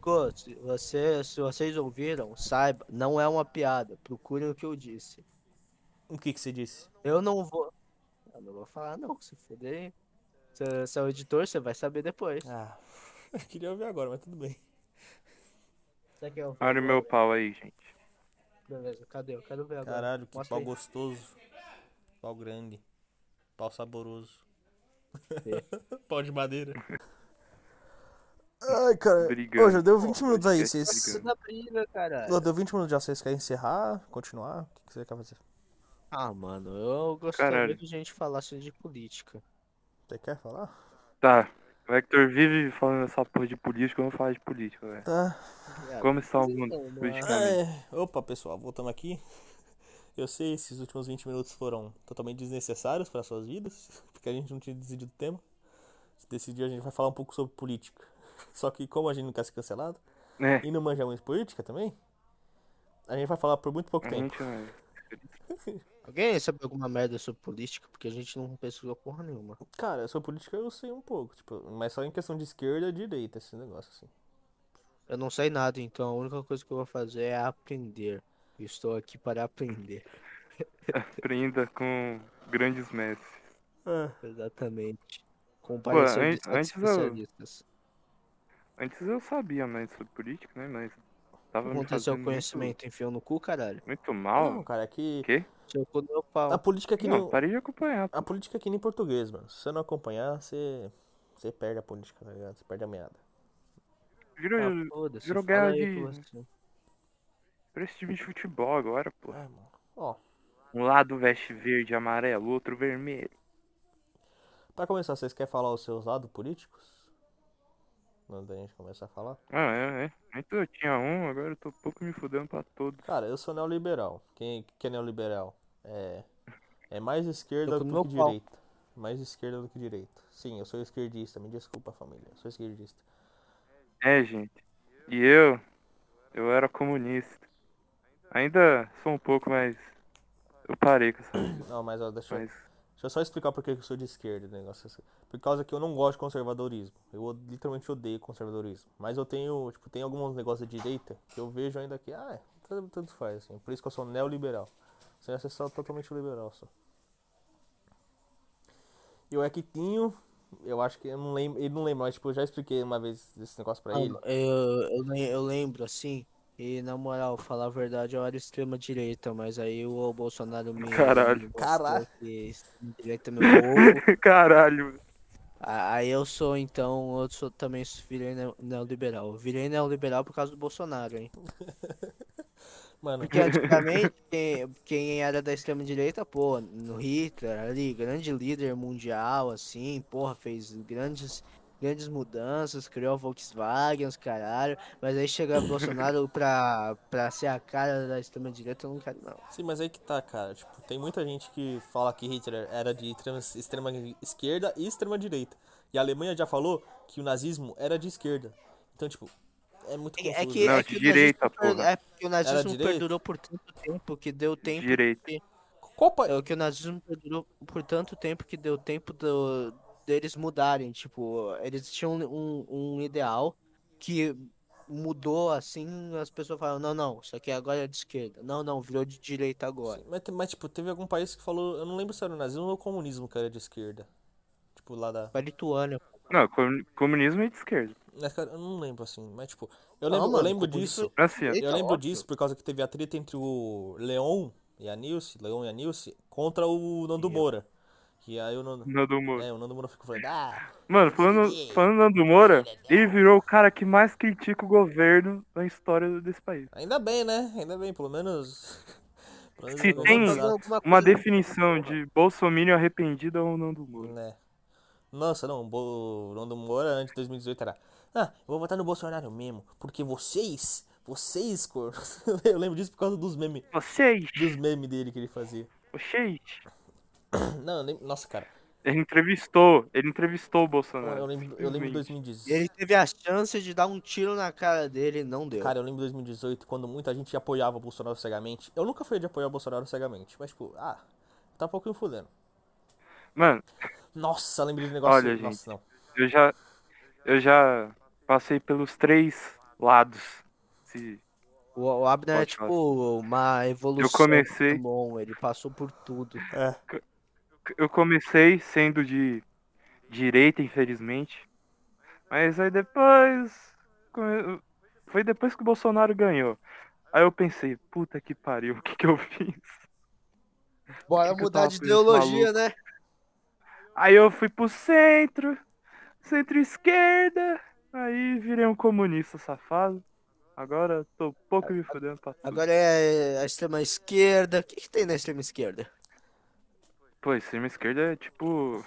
S1: Cô, Se, você, se vocês ouviram, saiba, não é uma piada. Procurem o que eu disse.
S3: O que que você disse?
S1: Eu não vou. Eu não vou falar, não. Se fuder. Você, você é o editor, você vai saber depois.
S3: Ah, eu queria ouvir agora, mas tudo bem.
S1: Você quer ouvir
S2: Olha o
S1: agora?
S2: meu pau aí, gente.
S1: Beleza, cadê? Eu quero ver agora.
S3: Caralho, que
S1: Tá Mostra
S3: pau
S1: aí.
S3: gostoso. Pau grande. Pau saboroso.
S1: É.
S3: pau de madeira. Ai, cara.
S2: Brigando.
S3: Ô, já deu 20 minutos aí.
S2: Podcast
S3: Vocês...
S2: brigando.
S1: Toda é briga, cara.
S3: Ô, Deu 20 minutos já. Vocês querem encerrar? Continuar? O que que você quer fazer?
S1: Ah, mano, eu gostaria
S2: Caralho.
S1: que a gente falasse de política.
S3: Você quer falar?
S2: Tá. O Hector vive falando essa porra de política, eu vou falar de política, velho.
S3: Tá.
S2: Como está o
S1: Então,
S2: mundo
S1: mano,
S2: politicamente?
S3: É, opa, pessoal, voltamos aqui. Eu sei, esses últimos 20 minutos foram totalmente desnecessários para suas vidas, porque a gente não tinha decidido o tema. Se decidir, a gente vai falar um pouco sobre política. Só que, como a gente não quer ser cancelado
S2: É,
S3: e não manja muito política também, a gente vai falar por muito pouco
S2: a
S3: tempo.
S2: gente não-
S1: Alguém sabe alguma merda sobre política? Porque a gente não pesquisou porra nenhuma.
S3: Cara, sobre política eu sei um pouco, tipo, mas só em questão de esquerda e direita, esse negócio assim.
S1: Eu não sei nada, então a única coisa que eu vou fazer é aprender. Eu Estou aqui para aprender.
S2: aprenda com grandes mestres.
S3: É.
S1: Exatamente. Comparação
S2: an-
S1: de sete
S2: antes eu-
S1: especialistas.
S2: Antes eu sabia mais sobre política, né? Mas tava me
S1: Aconteceu
S2: fazendo
S1: o
S2: muito-
S1: conhecimento, enfiou no cu, caralho.
S2: muito mal.
S3: Não, cara, é que
S2: Quê?
S1: Seu cu no meu pau.
S3: a
S2: Tá
S3: política aqui
S2: Ah. não,
S3: não,
S2: parei de acompanhar.
S3: A política é que nem português, mano. Se você não acompanhar, você, você perde a política, tá ligado? Você perde a meada.
S2: Virou,
S1: Ah, foda-se,
S2: virou
S1: fala
S2: guerra
S1: aí
S2: de-
S1: com você.
S2: virou esse time de futebol agora, pô.
S3: Ah, mano. Ó,
S2: Um lado veste verde e amarelo, outro vermelho.
S3: pra começar, vocês querem falar os seus lados políticos? Antes da gente começar a falar.
S2: Ah, é, é. Antes eu tinha um, agora eu tô pouco me fudendo pra todos.
S3: Cara, eu sou neoliberal. Quem que é neoliberal? É, é mais esquerda
S1: Tô com
S3: do
S1: meu
S3: que
S1: pau.
S3: direita. Mais esquerda do que direita. Sim, eu sou esquerdista. Me desculpa, família. Eu sou esquerdista.
S2: É, gente. E eu, eu era comunista. Ainda sou um pouco, mas eu parei com essa vida.
S3: Não, mas ó, deixa eu...
S2: Mas
S3: Deixa eu só explicar por que que eu sou de esquerda, o negócio assim. Por causa que eu não gosto de conservadorismo. Eu od- literalmente odeio conservadorismo. Mas eu tenho, tipo, tem alguns negócios de direita que eu vejo ainda que, ah, é, tanto, tanto faz, assim. Por isso que eu sou neoliberal. Sem é só totalmente liberal, só. E o Equitinho, eu acho que eu não lembro, ele não lembra, mas, tipo, eu já expliquei uma vez esse negócio pra
S1: Ah,
S3: ele.
S1: Eu, eu, lem- eu lembro, assim, e na moral, falar a verdade, eu era extrema-direita, mas aí o Bolsonaro me,
S2: Caralho.
S1: me mostrou
S3: Caralho.
S1: que extrema-direita é meu povo.
S2: Caralho.
S1: A- Aí eu sou, então, eu sou também virei neo- neoliberal. Eu Virei neoliberal por causa do Bolsonaro, hein?
S3: Mano,
S1: Porque antigamente, quem, quem era da extrema-direita, pô, no Hitler ali, grande líder mundial, assim, porra, fez grandes, grandes mudanças, criou a Volkswagen, os caralho. Mas aí chega Bolsonaro pra, pra ser a cara da extrema-direita, eu não quero, não.
S3: Sim, mas aí que tá, cara. Tipo, tem muita gente que fala que Hitler era de trans- extrema esquerda e extrema direita. E a Alemanha já falou que o nazismo era de esquerda. Então, tipo, é muito
S1: É, é
S3: confuso.
S1: que,
S2: Não,
S1: é
S2: de
S1: que o
S2: direita,
S1: nazismo per-
S2: porra.
S1: é porque o nazismo
S3: direita?
S1: perdurou por tanto tempo que deu tempo
S2: Direito.
S3: Qual pa-
S1: É o que o nazismo perdurou por tanto tempo que deu tempo do- deles mudarem. Tipo, eles tinham um, um ideal que mudou assim, as pessoas falam, não, não, isso aqui agora é de esquerda. Não, não, virou de direita agora. é
S3: Sim, Mas, te- mas, tipo, teve algum país que falou. Eu não lembro se era o nazismo ou o comunismo que era de esquerda. Tipo, lá da.
S1: Pra Lituânia.
S2: Não, comu- comunismo é de esquerda.
S3: Mas, cara, eu não lembro assim. Mas, tipo, eu
S1: Não,
S3: lembro, eu
S1: Ah, mano,
S3: lembro
S1: comunismo-
S3: disso.
S2: Assim,
S1: Eita,
S3: Eu lembro
S1: óbvio.
S3: disso por causa que teve a treta entre o Leon e a Nilce, Leon e a Nilce, contra o Nando Moura. E aí o Nando.
S2: Nando Moura.
S3: É, o Nando Moura ficou falando, ah,
S2: Mano, falando, falando do Nando Moura, ele virou o cara que mais critica o governo na história desse país.
S3: Ainda bem, né? Ainda bem, pelo menos. pelo menos
S2: Se
S3: não
S2: tem
S3: vamos usar,
S1: Alguma
S2: Hum, Uma
S1: coisa-
S2: definição de bolsominion arrependido ou Nando Moura.
S3: né? Nossa, não, o Bo- o Nando Moura antes de 2018 era. Ah, eu vou votar no Bolsonaro mesmo, porque vocês, vocês, cor. Eu lembro disso por causa dos memes,
S2: Vocês,
S3: dos memes dele que ele fazia.
S2: vocês.
S3: Não, eu lembro, nossa, cara.
S2: Ele entrevistou, ele entrevistou o Bolsonaro.
S3: Eu lembro, eu lembro de
S2: simplesmente.
S3: 2018.
S1: Ele teve a chance de dar um tiro na cara dele e não deu.
S3: Cara, eu lembro de 2018, quando muita gente apoiava o Bolsonaro cegamente. Eu nunca fui de apoiar o Bolsonaro cegamente, mas tipo, ah, tá um pouquinho fudendo.
S2: Mano,
S3: Nossa, lembro de um negócio.
S2: Olha, gente.
S3: nossa, não.
S2: eu já, eu já passei pelos três lados. Se-
S1: O, o Abner é
S2: Pode
S1: tipo
S2: falar.
S1: uma evolução. do
S2: comecei-
S1: Pokémon, ele passou por tudo.
S3: É.
S2: Eu comecei sendo de direita, infelizmente. Mas aí depois. come- Foi depois que o Bolsonaro ganhou. Aí eu pensei, puta que pariu, o que que eu fiz?
S1: Bora
S2: que que eu
S1: mudar
S2: tava
S1: de
S2: com esse
S1: ideologia,
S2: maluco?
S1: né?
S2: Aí eu fui pro centro, centro-esquerda, aí virei um comunista safado. Agora tô pouco me fudendo pra tudo.
S1: Agora é a extrema esquerda. O que, que tem na extrema esquerda?
S2: Pô, extrema-esquerda é tipo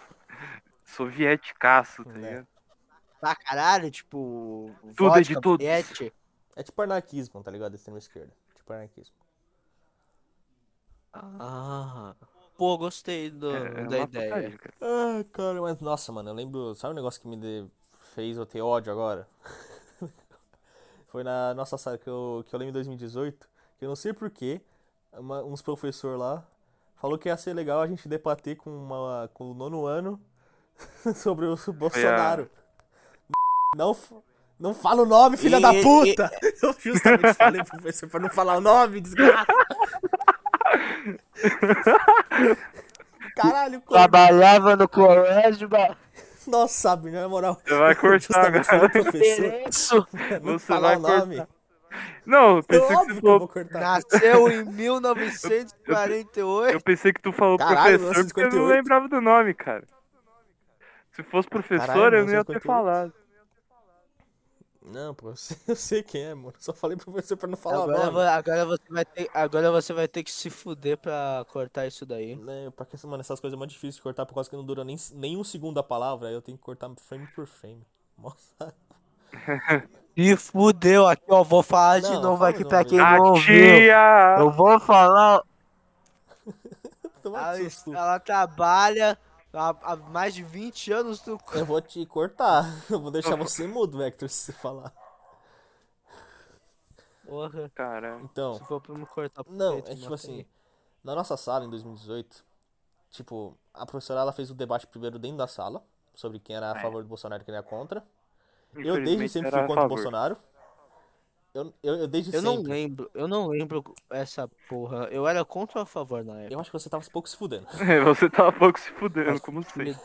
S2: sovieticaço, tá
S3: É.
S2: ligado?
S1: Pra caralho, tipo.
S2: Tudo é
S1: vodka,
S2: de todos.
S1: Pet.
S3: É tipo anarquismo, tá ligado? Extrema esquerda. Tipo anarquismo.
S1: Ah. Pô, gostei do-
S2: É, é
S1: da
S2: uma
S1: ideia.
S2: putaria, cara.
S3: Ah, cara, mas nossa, mano, eu lembro. Sabe um negócio que me de- fez eu ter ódio agora? Foi na nossa sala que eu, que eu lembro em 2018, que eu não sei porquê, uns professor lá falou que ia ser legal a gente debater com, uma, com o nono ano sobre o Bolsonaro. Não, f- não fala o nome, filha da
S1: E-
S3: puta! Eu justamente falei pro professor pra não falar o nome, desgraça! Caralho, como
S1: Trabalhava no colégio, ba-
S3: nossa, sabe, na moral.
S2: Você vai cortar,
S3: Justamente
S2: cara.
S3: falou pro professor.
S1: Isso.
S3: Não
S2: Você
S3: falar
S2: vai
S3: o nome.
S2: Não, eu
S3: É
S2: pensei, que tu
S3: óbvio que eu
S2: falou,
S3: vou cortar.
S1: Nasceu em 1948.
S2: eu pensei que tu falou
S3: Caralho,
S2: professor porque eu não
S3: 1958.
S2: lembrava do nome, cara. Se fosse professor,
S3: Caralho,
S2: eu não ia ter
S3: 1958.
S2: falado.
S3: Não, pô, eu sei- eu sei quem é, mano. Só falei pro professor pra não falar
S1: Agora,
S3: o
S1: vo-
S3: nome.
S1: agora você vai ter, agora você vai ter que se fuder pra cortar isso daí.
S3: Né, porque, mano, essas coisas é muito difícil de cortar por causa que não dura nem, nem um segundo a palavra. Aí eu tenho que cortar frame por frame. Nossa.
S1: E fudeu aqui, ó. Vou falar de
S3: Não,
S1: novo
S3: fala
S1: aqui
S3: não,
S1: pra
S3: velho.
S1: quem
S2: A
S1: não ouviu.
S2: tia!
S1: Eu vou falar.
S3: Toma
S1: Ela,
S3: que susto.
S1: ela trabalha há, há mais de 20 anos no.
S3: Eu vou te cortar. Eu vou deixar você mudo, Vector, se você falar.
S1: Porra.
S2: Caralho.
S3: Então.
S1: Se for pra me cortar por
S3: Não,
S1: dentro,
S3: é
S1: me
S3: tipo
S1: mata
S3: assim,
S1: aí.
S3: na nossa sala em 2018, tipo, a professora ela fez o debate primeiro dentro da sala, sobre quem era a favor do Bolsonaro e quem era contra. Eu desde
S2: É. Infelizmente,
S3: sempre
S2: era
S3: fui
S2: a
S3: contra o
S2: favor.
S3: Bolsonaro. Eu, eu, eu desde
S1: Eu não
S3: sempre.
S1: lembro, eu não lembro essa porra. Eu era contra ou a favor na época?
S3: Eu acho que você tava pouco se fudendo.
S2: Você tava pouco se fudendo, como
S1: Me-
S2: sempre.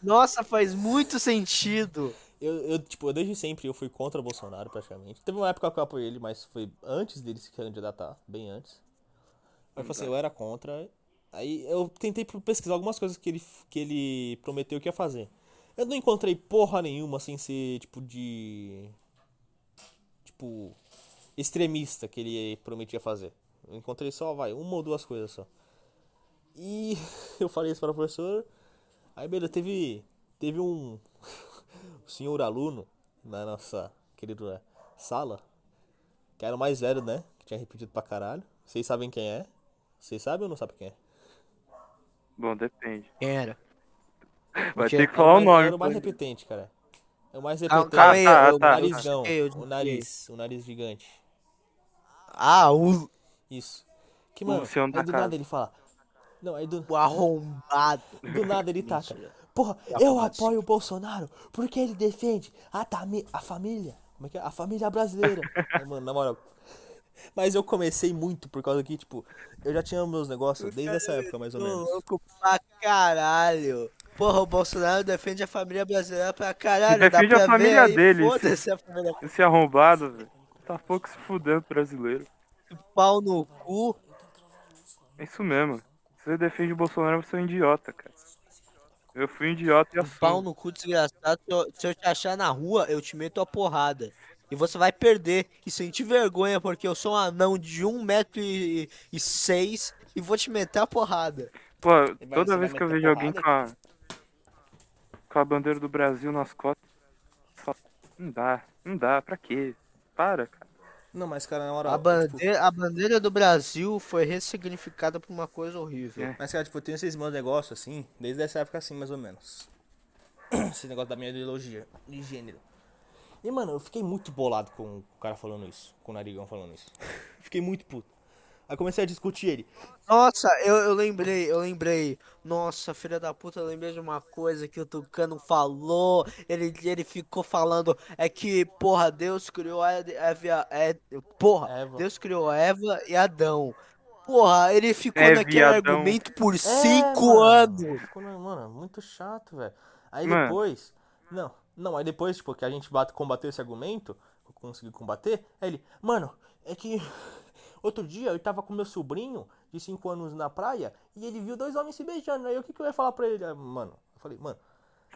S1: Nossa, faz muito sentido.
S3: Eu, eu, tipo, eu desde sempre eu fui contra o Bolsonaro, praticamente. Teve uma época que eu apoiei ele, mas foi antes dele se candidatar, bem antes. Aí eu falei assim, eu era contra. Aí eu tentei pro- pesquisar algumas coisas que ele, que ele prometeu que ia fazer. Eu não encontrei porra nenhuma sem ser, tipo, de. Tipo. Extremista que ele prometia fazer. Eu encontrei só, vai, uma ou duas coisas só. E eu falei isso para o professor. Aí, beleza, teve, teve um senhor aluno na nossa querida sala, que era o mais velho, né? Que tinha repetido pra caralho. Vocês sabem quem é? Vocês sabem ou não sabem quem é?
S2: Bom, depende.
S1: Quem era?
S2: Vai
S1: quê?
S2: ter que
S3: Era
S2: falar o
S3: mais-
S2: nome.
S3: Era o mais
S2: pô.
S3: repetente, cara. É o mais
S1: Calma,
S3: repetente.
S1: calma aí,
S2: Ah, tá,
S1: eu-
S2: tá,
S3: o
S2: tá.
S3: narizão,
S1: eu desviei.
S3: o nariz, o nariz gigante.
S1: Ah, o,
S3: Isso. Que,
S2: O
S3: mano,
S2: Luciano da
S3: aí do
S2: Um casa.
S3: nada ele fala... Não, aí do,
S1: o arrombado.
S3: do nada ele taca.
S1: Mentira.
S3: Porra,
S1: Tá
S3: eu
S1: fumado,
S3: apoio o Bolsonaro porque ele defende a, tami- a família. Como é que é? A família brasileira. Aí, mano, na moral. Mas eu comecei muito por causa que, tipo, eu já tinha meus negócios desde essa época, mais
S1: Tô
S3: ou menos.
S1: louco pra caralho. Porra, o Bolsonaro defende a família brasileira pra caralho.
S2: Defende
S1: dá pra
S2: a família
S1: ver aí,
S2: dele.
S1: Foda-se a família.
S2: Esse arrombado, velho. Tá pouco se fudendo, brasileiro.
S1: Pau no cu.
S2: É isso mesmo. Se você defende o Bolsonaro, você é um idiota, cara. Eu fui um idiota e
S1: Pau
S2: assumo.
S1: no cu, desgraçado. Se eu, se eu te achar na rua, eu te meto a porrada. E você vai perder e sentir vergonha, porque eu sou um anão de 1,06m e vou te meter a porrada.
S2: Pô, toda
S3: você
S2: vez
S3: vai
S2: que eu
S3: meter
S2: vejo alguém com
S3: porrada?
S2: a, com a bandeira do Brasil nas costas, só... não dá, não dá, pra quê? Para, cara.
S3: Não, mas, cara, na moral.
S1: A
S3: tipo,
S1: bandeira, a bandeira do Brasil foi ressignificada por uma coisa horrível.
S2: É.
S3: Mas, cara, tipo, eu tenho esses meus negócios, assim, desde essa época, assim, mais ou menos. Esse negócio da minha ideologia de gênero. E, mano, eu fiquei muito bolado com o cara falando isso, com o narigão falando isso. Fiquei muito puto. Aí comecei a discutir ele.
S1: Nossa, eu, eu lembrei, eu lembrei. Nossa, filha da puta, eu lembrei de uma coisa que o Tucano falou. Ele, ele ficou falando, é que, porra, Deus criou a Eva, é, porra,
S3: Eva.
S1: Deus criou Eva e Adão. Porra, ele ficou
S2: Eva e
S1: naquele
S2: Adão.
S1: argumento por
S3: É,
S1: cinco
S3: mano.
S1: anos.
S3: Ficou na- Mano, muito chato, velho. Aí
S2: Mano.
S3: depois. Não, Não, aí depois, tipo, que a gente bate, combateu esse argumento, eu consegui combater, aí ele, mano, é que outro dia eu tava com meu sobrinho de 5 anos na praia e ele viu dois homens se beijando. Aí o que, que eu ia falar pra ele? Ah, Mano, eu falei, mano.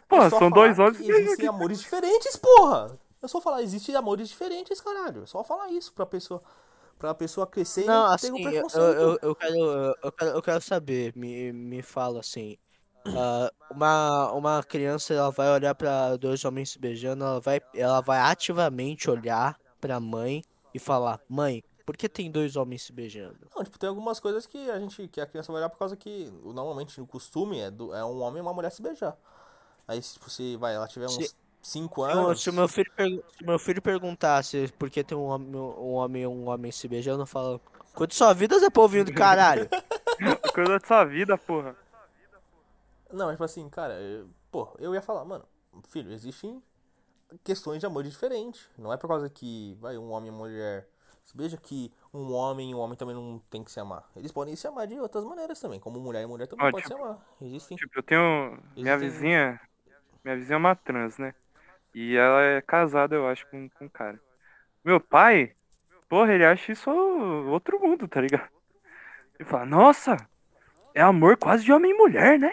S2: Pô,
S3: é só
S2: são
S3: falar
S2: dois olhos
S3: que
S2: que beijam
S3: Existem
S2: aqui.
S3: amores diferentes, porra! Eu só falar, existem amores diferentes, caralho. É só falar isso pra pessoa. Pra pessoa crescer e
S1: Não,
S3: não ter
S1: assim,
S3: um
S1: eu,
S3: preconceito.
S1: eu, eu- eu quero, eu- eu quero, eu quero saber, me, me fala assim, ah, uma, uma criança, ela vai olhar pra dois homens se beijando, ela vai, ela vai ativamente olhar pra mãe e falar, mãe, por que tem dois homens se beijando?
S3: Não, tipo, tem algumas coisas que a gente, que a criança vai olhar por causa que normalmente o costume é, do- é um homem e uma mulher se beijar. Aí, tipo, se vai, ela tiver uns
S1: Se-
S3: 5
S1: Se o-
S3: anos.
S1: Se o meu filho, pergu- se meu filho perguntasse por que tem um homem, um homem e um homem se beijando, eu falo, quanto sua vida, Zé Povinho do caralho?
S2: Coisa da sua vida, porra.
S3: Não, mas tipo assim, cara, eu- pô, eu ia falar, mano, filho, existem questões de amor diferentes. Não é por causa que vai um homem e uma mulher se beija que um homem e um homem também não tem que se amar. Eles podem se amar de outras maneiras também, como mulher e mulher também
S2: Ah,
S3: podem
S2: tipo-
S3: se amar. Existem.
S2: Tipo, eu tenho. Minha
S3: Existem-
S2: vizinha. Minha vizinha é uma trans, né? E ela é casada, eu acho, com, com um cara. Meu pai, porra, ele acha isso outro mundo, tá ligado? Ele fala, nossa, é amor quase de homem e mulher, né?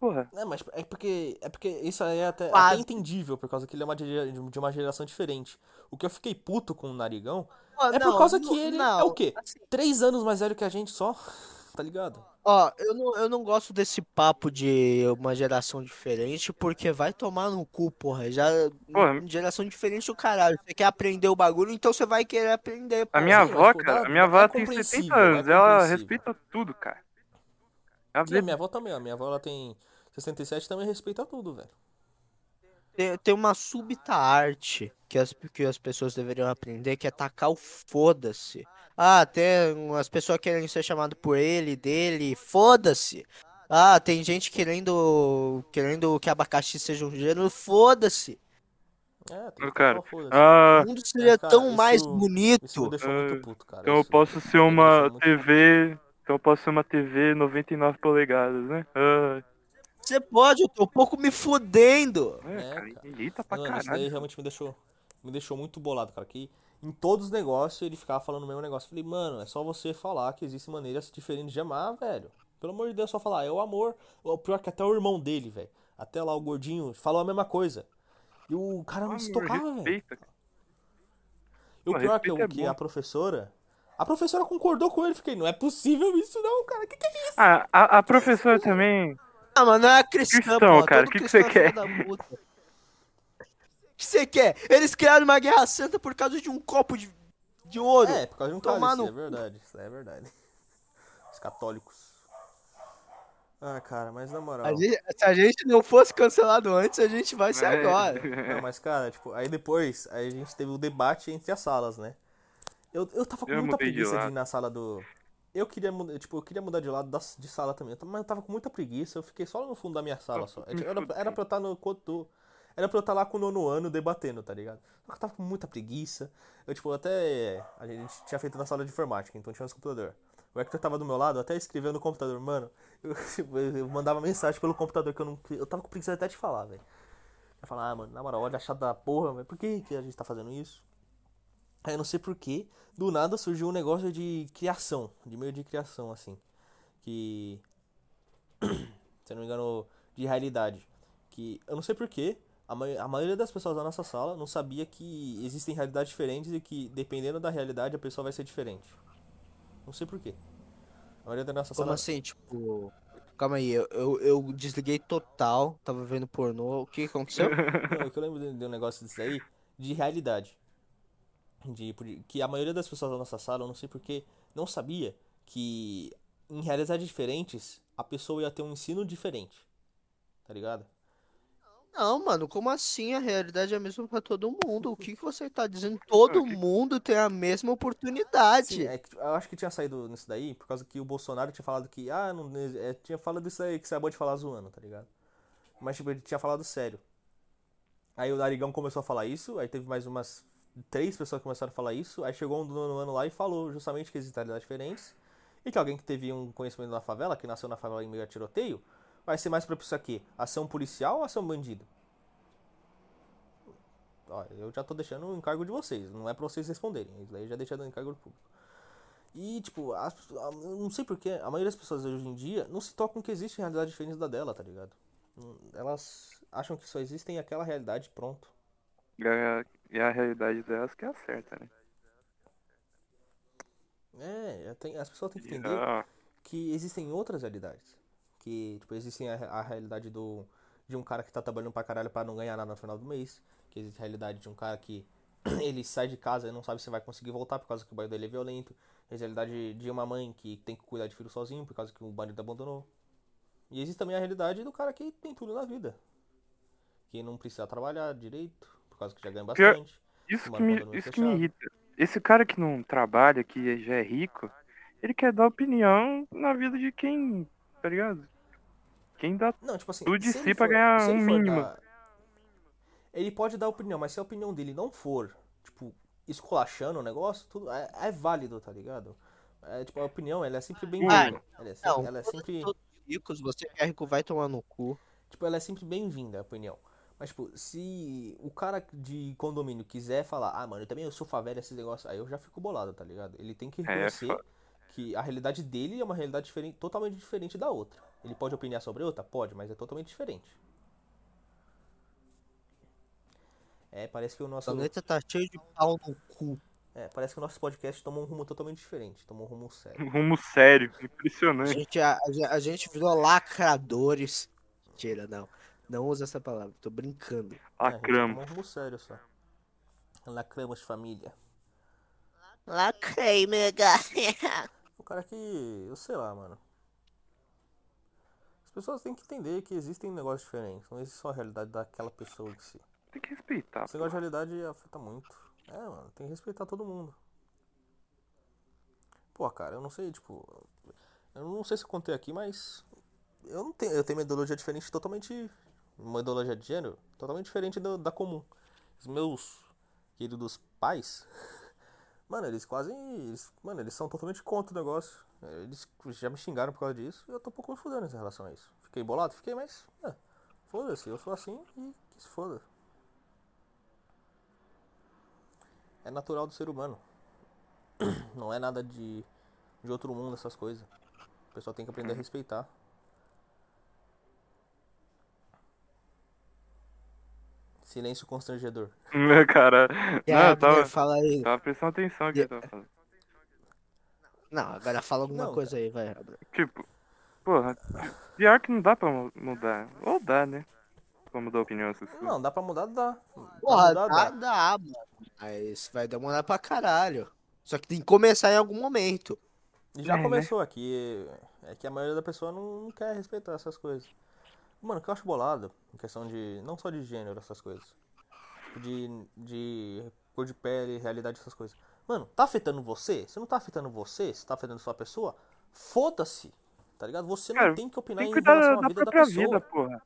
S2: Porra,
S3: É, mas é porque, é porque isso aí é até, até
S1: Quase.
S3: entendível, por causa que ele é uma, de, de uma geração diferente. O que eu fiquei puto com o Narigão
S1: Ó,
S3: é por
S1: Ah, não,
S3: causa
S1: não-
S3: que ele é
S1: não,
S3: o quê?
S1: assim,
S3: Três anos mais velho que a gente só, tá ligado?
S1: Ó, eu não, eu não gosto desse papo de uma geração diferente, porque vai tomar no cu, porra. Já,
S3: Hum,
S2: Porra.
S1: geração diferente o caralho. Você quer aprender o bagulho, então você vai querer aprender,
S2: a
S1: porra.
S2: minha
S3: é, sim, mas,
S2: avó,
S3: pô,
S2: cara,
S3: dá-
S2: a minha
S3: é
S2: avó tem 70
S3: compreensível,
S2: anos,
S3: é
S2: ela
S3: compreensível.
S2: respeita tudo, cara. Ela
S3: E a
S2: vê-
S3: minha avó também, a minha avó ela tem 67 também respeita tudo, velho.
S1: Tem, tem uma súbita arte que as, que as pessoas deveriam aprender, que é tacar o foda-se. Ah, tem as pessoas querem ser chamado por ele, dele, foda-se. Ah, tem gente querendo, querendo que abacaxi seja um gênero, foda-se.
S3: É, tem que
S2: cara,
S3: tacar o foda-se.
S2: ah,
S1: O mundo seria
S3: cara,
S1: tão mais
S3: isso- Isso me
S1: bonito.
S3: deixou
S2: Ah,
S3: muito puto, cara.
S2: então eu
S3: isso-
S2: posso ser
S3: me deixou
S2: uma
S3: muito puto.
S2: TV. Então eu posso ser uma TV 99 polegadas, né? Ah,
S1: Você pode, eu tô um pouco me fudendo.
S2: é,
S3: É,
S2: cara,
S3: cara.
S2: eita pra
S3: Mano, isso daí é
S2: caralho.
S3: realmente me deixou, me deixou muito bolado, cara. Que em todos os negócios ele ficava falando o mesmo negócio. Eu Falei, mano, é só você falar que existem maneiras diferentes de amar, velho. Pelo amor de Deus, só falar, é o amor. O pior é que até o irmão dele, velho. Até lá o gordinho falou a mesma coisa. E o cara não se
S2: Amor,
S3: tocava, velho.
S2: respeita,
S3: E o
S2: Pô,
S3: pior que,
S2: respeito
S3: o
S2: é
S3: que
S2: bom.
S3: a professora. A professora concordou com ele. Fiquei, não é possível isso, não, cara. Que que é isso?
S2: Ah, a, a professora também.
S1: Ah, mano, é cristã,
S2: Cristão,
S1: porra.
S2: cara,
S1: Todo
S2: que que
S1: cristão
S2: você
S1: é filho
S2: quer?
S1: da puta. O que você quer? Eles criaram uma guerra santa por causa de um copo de, de ouro.
S3: É, por causa de um
S1: Tomar
S3: cálice,
S1: no
S3: é verdade. Isso daí é verdade. Os católicos. Ah, cara, mas na moral.
S1: A gente- se a gente não fosse cancelado antes, a gente vai ser
S2: É.
S1: agora.
S3: Não, mas cara, tipo, aí depois, aí a gente teve o debate entre as salas, né? Eu, eu tava com
S2: Eu
S3: muita
S2: mudei de
S3: preguiça de ir
S2: lado.
S3: na sala do. Eu queria mudar, tipo, eu queria mudar de lado da, de sala também, eu tava- mas eu tava com muita preguiça, eu fiquei só no fundo da minha sala só. Eu, era, era pra eu estar no Cotô. Era pra eu estar lá com o nono ano debatendo, tá ligado? Só que eu tava com muita preguiça. Eu, tipo, até. A gente tinha feito na sala de informática, então tinha os computador. O Hector tava do meu lado, eu até escreveu no computador, mano. Eu, eu, eu mandava mensagem pelo computador que eu não. Eu tava com preguiça até de falar, velho. Vai falar, ah, mano, na moral, olha chato da porra, mas por que, que a gente tá fazendo isso? Aí eu não sei por que, do nada surgiu um negócio de criação, de meio de criação, assim. Que. se eu não me engano, de realidade. Que eu não sei por que, a, mai- a maioria das pessoas da nossa sala não sabia que existem realidades diferentes e que, dependendo da realidade, a pessoa vai ser diferente. Não sei por quê. A maioria da nossa
S1: Como
S3: sala.
S1: assim, tipo. Calma aí, eu, eu, eu desliguei total, tava vendo pornô. O que aconteceu?
S3: Não, o que eu lembro de, de um negócio disso aí, de realidade. De, por- que a maioria das pessoas da nossa sala, eu não sei porquê, não sabia que em realidades diferentes a pessoa ia ter um ensino diferente. Tá ligado?
S1: Não, mano, como assim? A realidade é a mesma pra todo mundo. O que que você tá dizendo? Todo mundo tem a mesma
S3: Sim,
S1: oportunidade.
S3: é que- eu acho que tinha saído nisso daí por causa que o Bolsonaro tinha falado que. Ah, não, é, tinha falado isso aí que você acabou de falar zoando, tá ligado? Mas, tipo, ele tinha falado sério. Aí o Narigão começou a falar isso, aí teve mais umas três pessoas que começaram a falar isso, aí chegou um do nono ano lá e falou justamente que existem realidades diferentes, e que alguém que teve um conhecimento na favela, que nasceu na favela em meio a tiroteio, vai ser mais propício a quê? A ser um policial ou a ser um bandido? Ó, eu já tô deixando o encargo de vocês, não é pra vocês responderem. Isso daí já deixando o encargo do público. E, tipo, as, a- eu não sei porquê, a maioria das pessoas hoje em dia não se tocam que existe realidade diferente da dela, tá ligado? Hum, Elas acham que só existem aquela realidade, pronto.
S2: E a, e é, a realidade delas que é a certa, né?
S3: É, tem- as pessoas têm que entender
S2: Ah,
S3: que existem outras realidades. Que, tipo, existem a, a realidade do, de um cara que tá trabalhando pra caralho pra não ganhar nada no final do mês. Que existe a realidade de um cara que ele sai de casa e não sabe se vai conseguir voltar por causa que o bairro dele é violento. Existe a realidade de uma mãe que tem que cuidar de filho sozinho por causa que o marido abandonou. E existe também a realidade do cara que tem tudo na vida. Que não precisa trabalhar direito, por causa que já ganha
S2: Pior-
S3: bastante.
S2: isso que,
S3: Mano,
S2: me,
S3: quando eu
S2: isso
S3: fechar.
S2: que me irrita. Esse cara que não trabalha, que já é rico, ele quer dar opinião na vida de quem, tá ligado? Quem dá
S3: Não, tipo assim,
S2: Tudo de
S3: se
S2: si
S3: ele
S2: pra
S3: for-
S2: ganhar
S3: se
S2: um
S3: ele for
S2: mínimo.
S3: dar- Ele pode dar opinião, mas se a opinião dele não for, tipo, esculachando o negócio, tudo é, é válido, tá ligado? É, tipo, a opinião, ela é sempre bem-vinda. Ela é sem-
S1: Não,
S3: ela é
S1: todos-
S3: sempre,
S1: todos ricos, você que é rico vai tomar no cu.
S3: tipo, ela é sempre bem-vinda, a opinião. Mas, tipo, se o cara de condomínio quiser falar, ah, mano, eu também eu sou favela, esses negócios, aí eu já fico bolado, tá ligado? Ele tem que
S2: fa-
S3: reconhecer que a realidade dele é uma realidade diferente, totalmente diferente da outra. Ele pode opinar sobre outra? Pode, mas é totalmente diferente. É, parece que o
S1: O
S3: nosso,
S1: planeta tá cheio de pau no cu.
S3: é, parece que o nosso podcast tomou um rumo totalmente diferente, tomou um rumo sério.
S2: um rumo sério,
S1: A
S2: impressionante.
S1: gente, a, a gen- a gente virou lacradores. Mentira, não. Não usa essa palavra, tô brincando.
S3: É, a gente
S2: Lacramos.
S3: tomou um rumo sério só. Lacramos família.
S6: Lacrei, mega.
S3: O cara que, eu sei lá, mano. As pessoas têm que entender que existem negócios diferentes, não existe só a realidade daquela pessoa em si.
S2: Tem que respeitar.
S3: Esse negócio de
S2: Tá, pô.
S3: realidade afeta muito. É, mano, tem que respeitar todo mundo. Pô, cara, eu não sei, tipo. Eu não sei se eu contei aqui, mas. Eu não tenho. Eu tenho uma ideologia diferente totalmente. Uma ideologia de gênero totalmente diferente do- da comum. Os meus queridos pais. Mano, eles quase. Eles, mano, eles são totalmente contra o negócio. Eles já me xingaram por causa disso e eu tô um pouco me fudendo em relação a isso. Fiquei bolado? Fiquei, mas. É, foda-se, eu sou assim e que se foda. É natural do ser humano. Não é nada de, de outro mundo essas coisas. O pessoal tem que aprender a respeitar. Silêncio constrangedor.
S2: Meu Né, cara.
S1: E
S2: Não,
S1: aí,
S2: eu tava,
S1: fala aí.
S2: tava prestando atenção aqui, eu tava falando.
S1: Não, agora fala alguma
S3: Não,
S1: coisa aí, vai, Abra.
S2: Tipo, porra, pior que não dá pra mu- mudar. Ou dá, né? Pra mudar a opinião essas coisas.
S3: Não, dá pra mudar, dá. Pra
S1: Porra, tá dá,
S3: mudar, dá.
S1: dá, mano. Mas vai demorar pra caralho. Só que tem que começar em algum momento.
S3: E Já
S2: É, né?
S3: começou aqui. É que a maioria da pessoa não não quer respeitar essas coisas. Mano, o que eu acho bolado, em questão de. Não só de gênero, essas coisas. De. de cor de pele, realidade, essas coisas. Mano, tá afetando você? Se não tá afetando você, se tá afetando sua pessoa, foda-se. Tá ligado? Você não
S2: Cara,
S3: tem que opinar
S2: É, Tem que
S3: em
S2: cuidar
S3: relação
S2: da,
S3: à
S2: da
S3: vida da
S2: própria
S3: pessoa.
S2: vida, porra.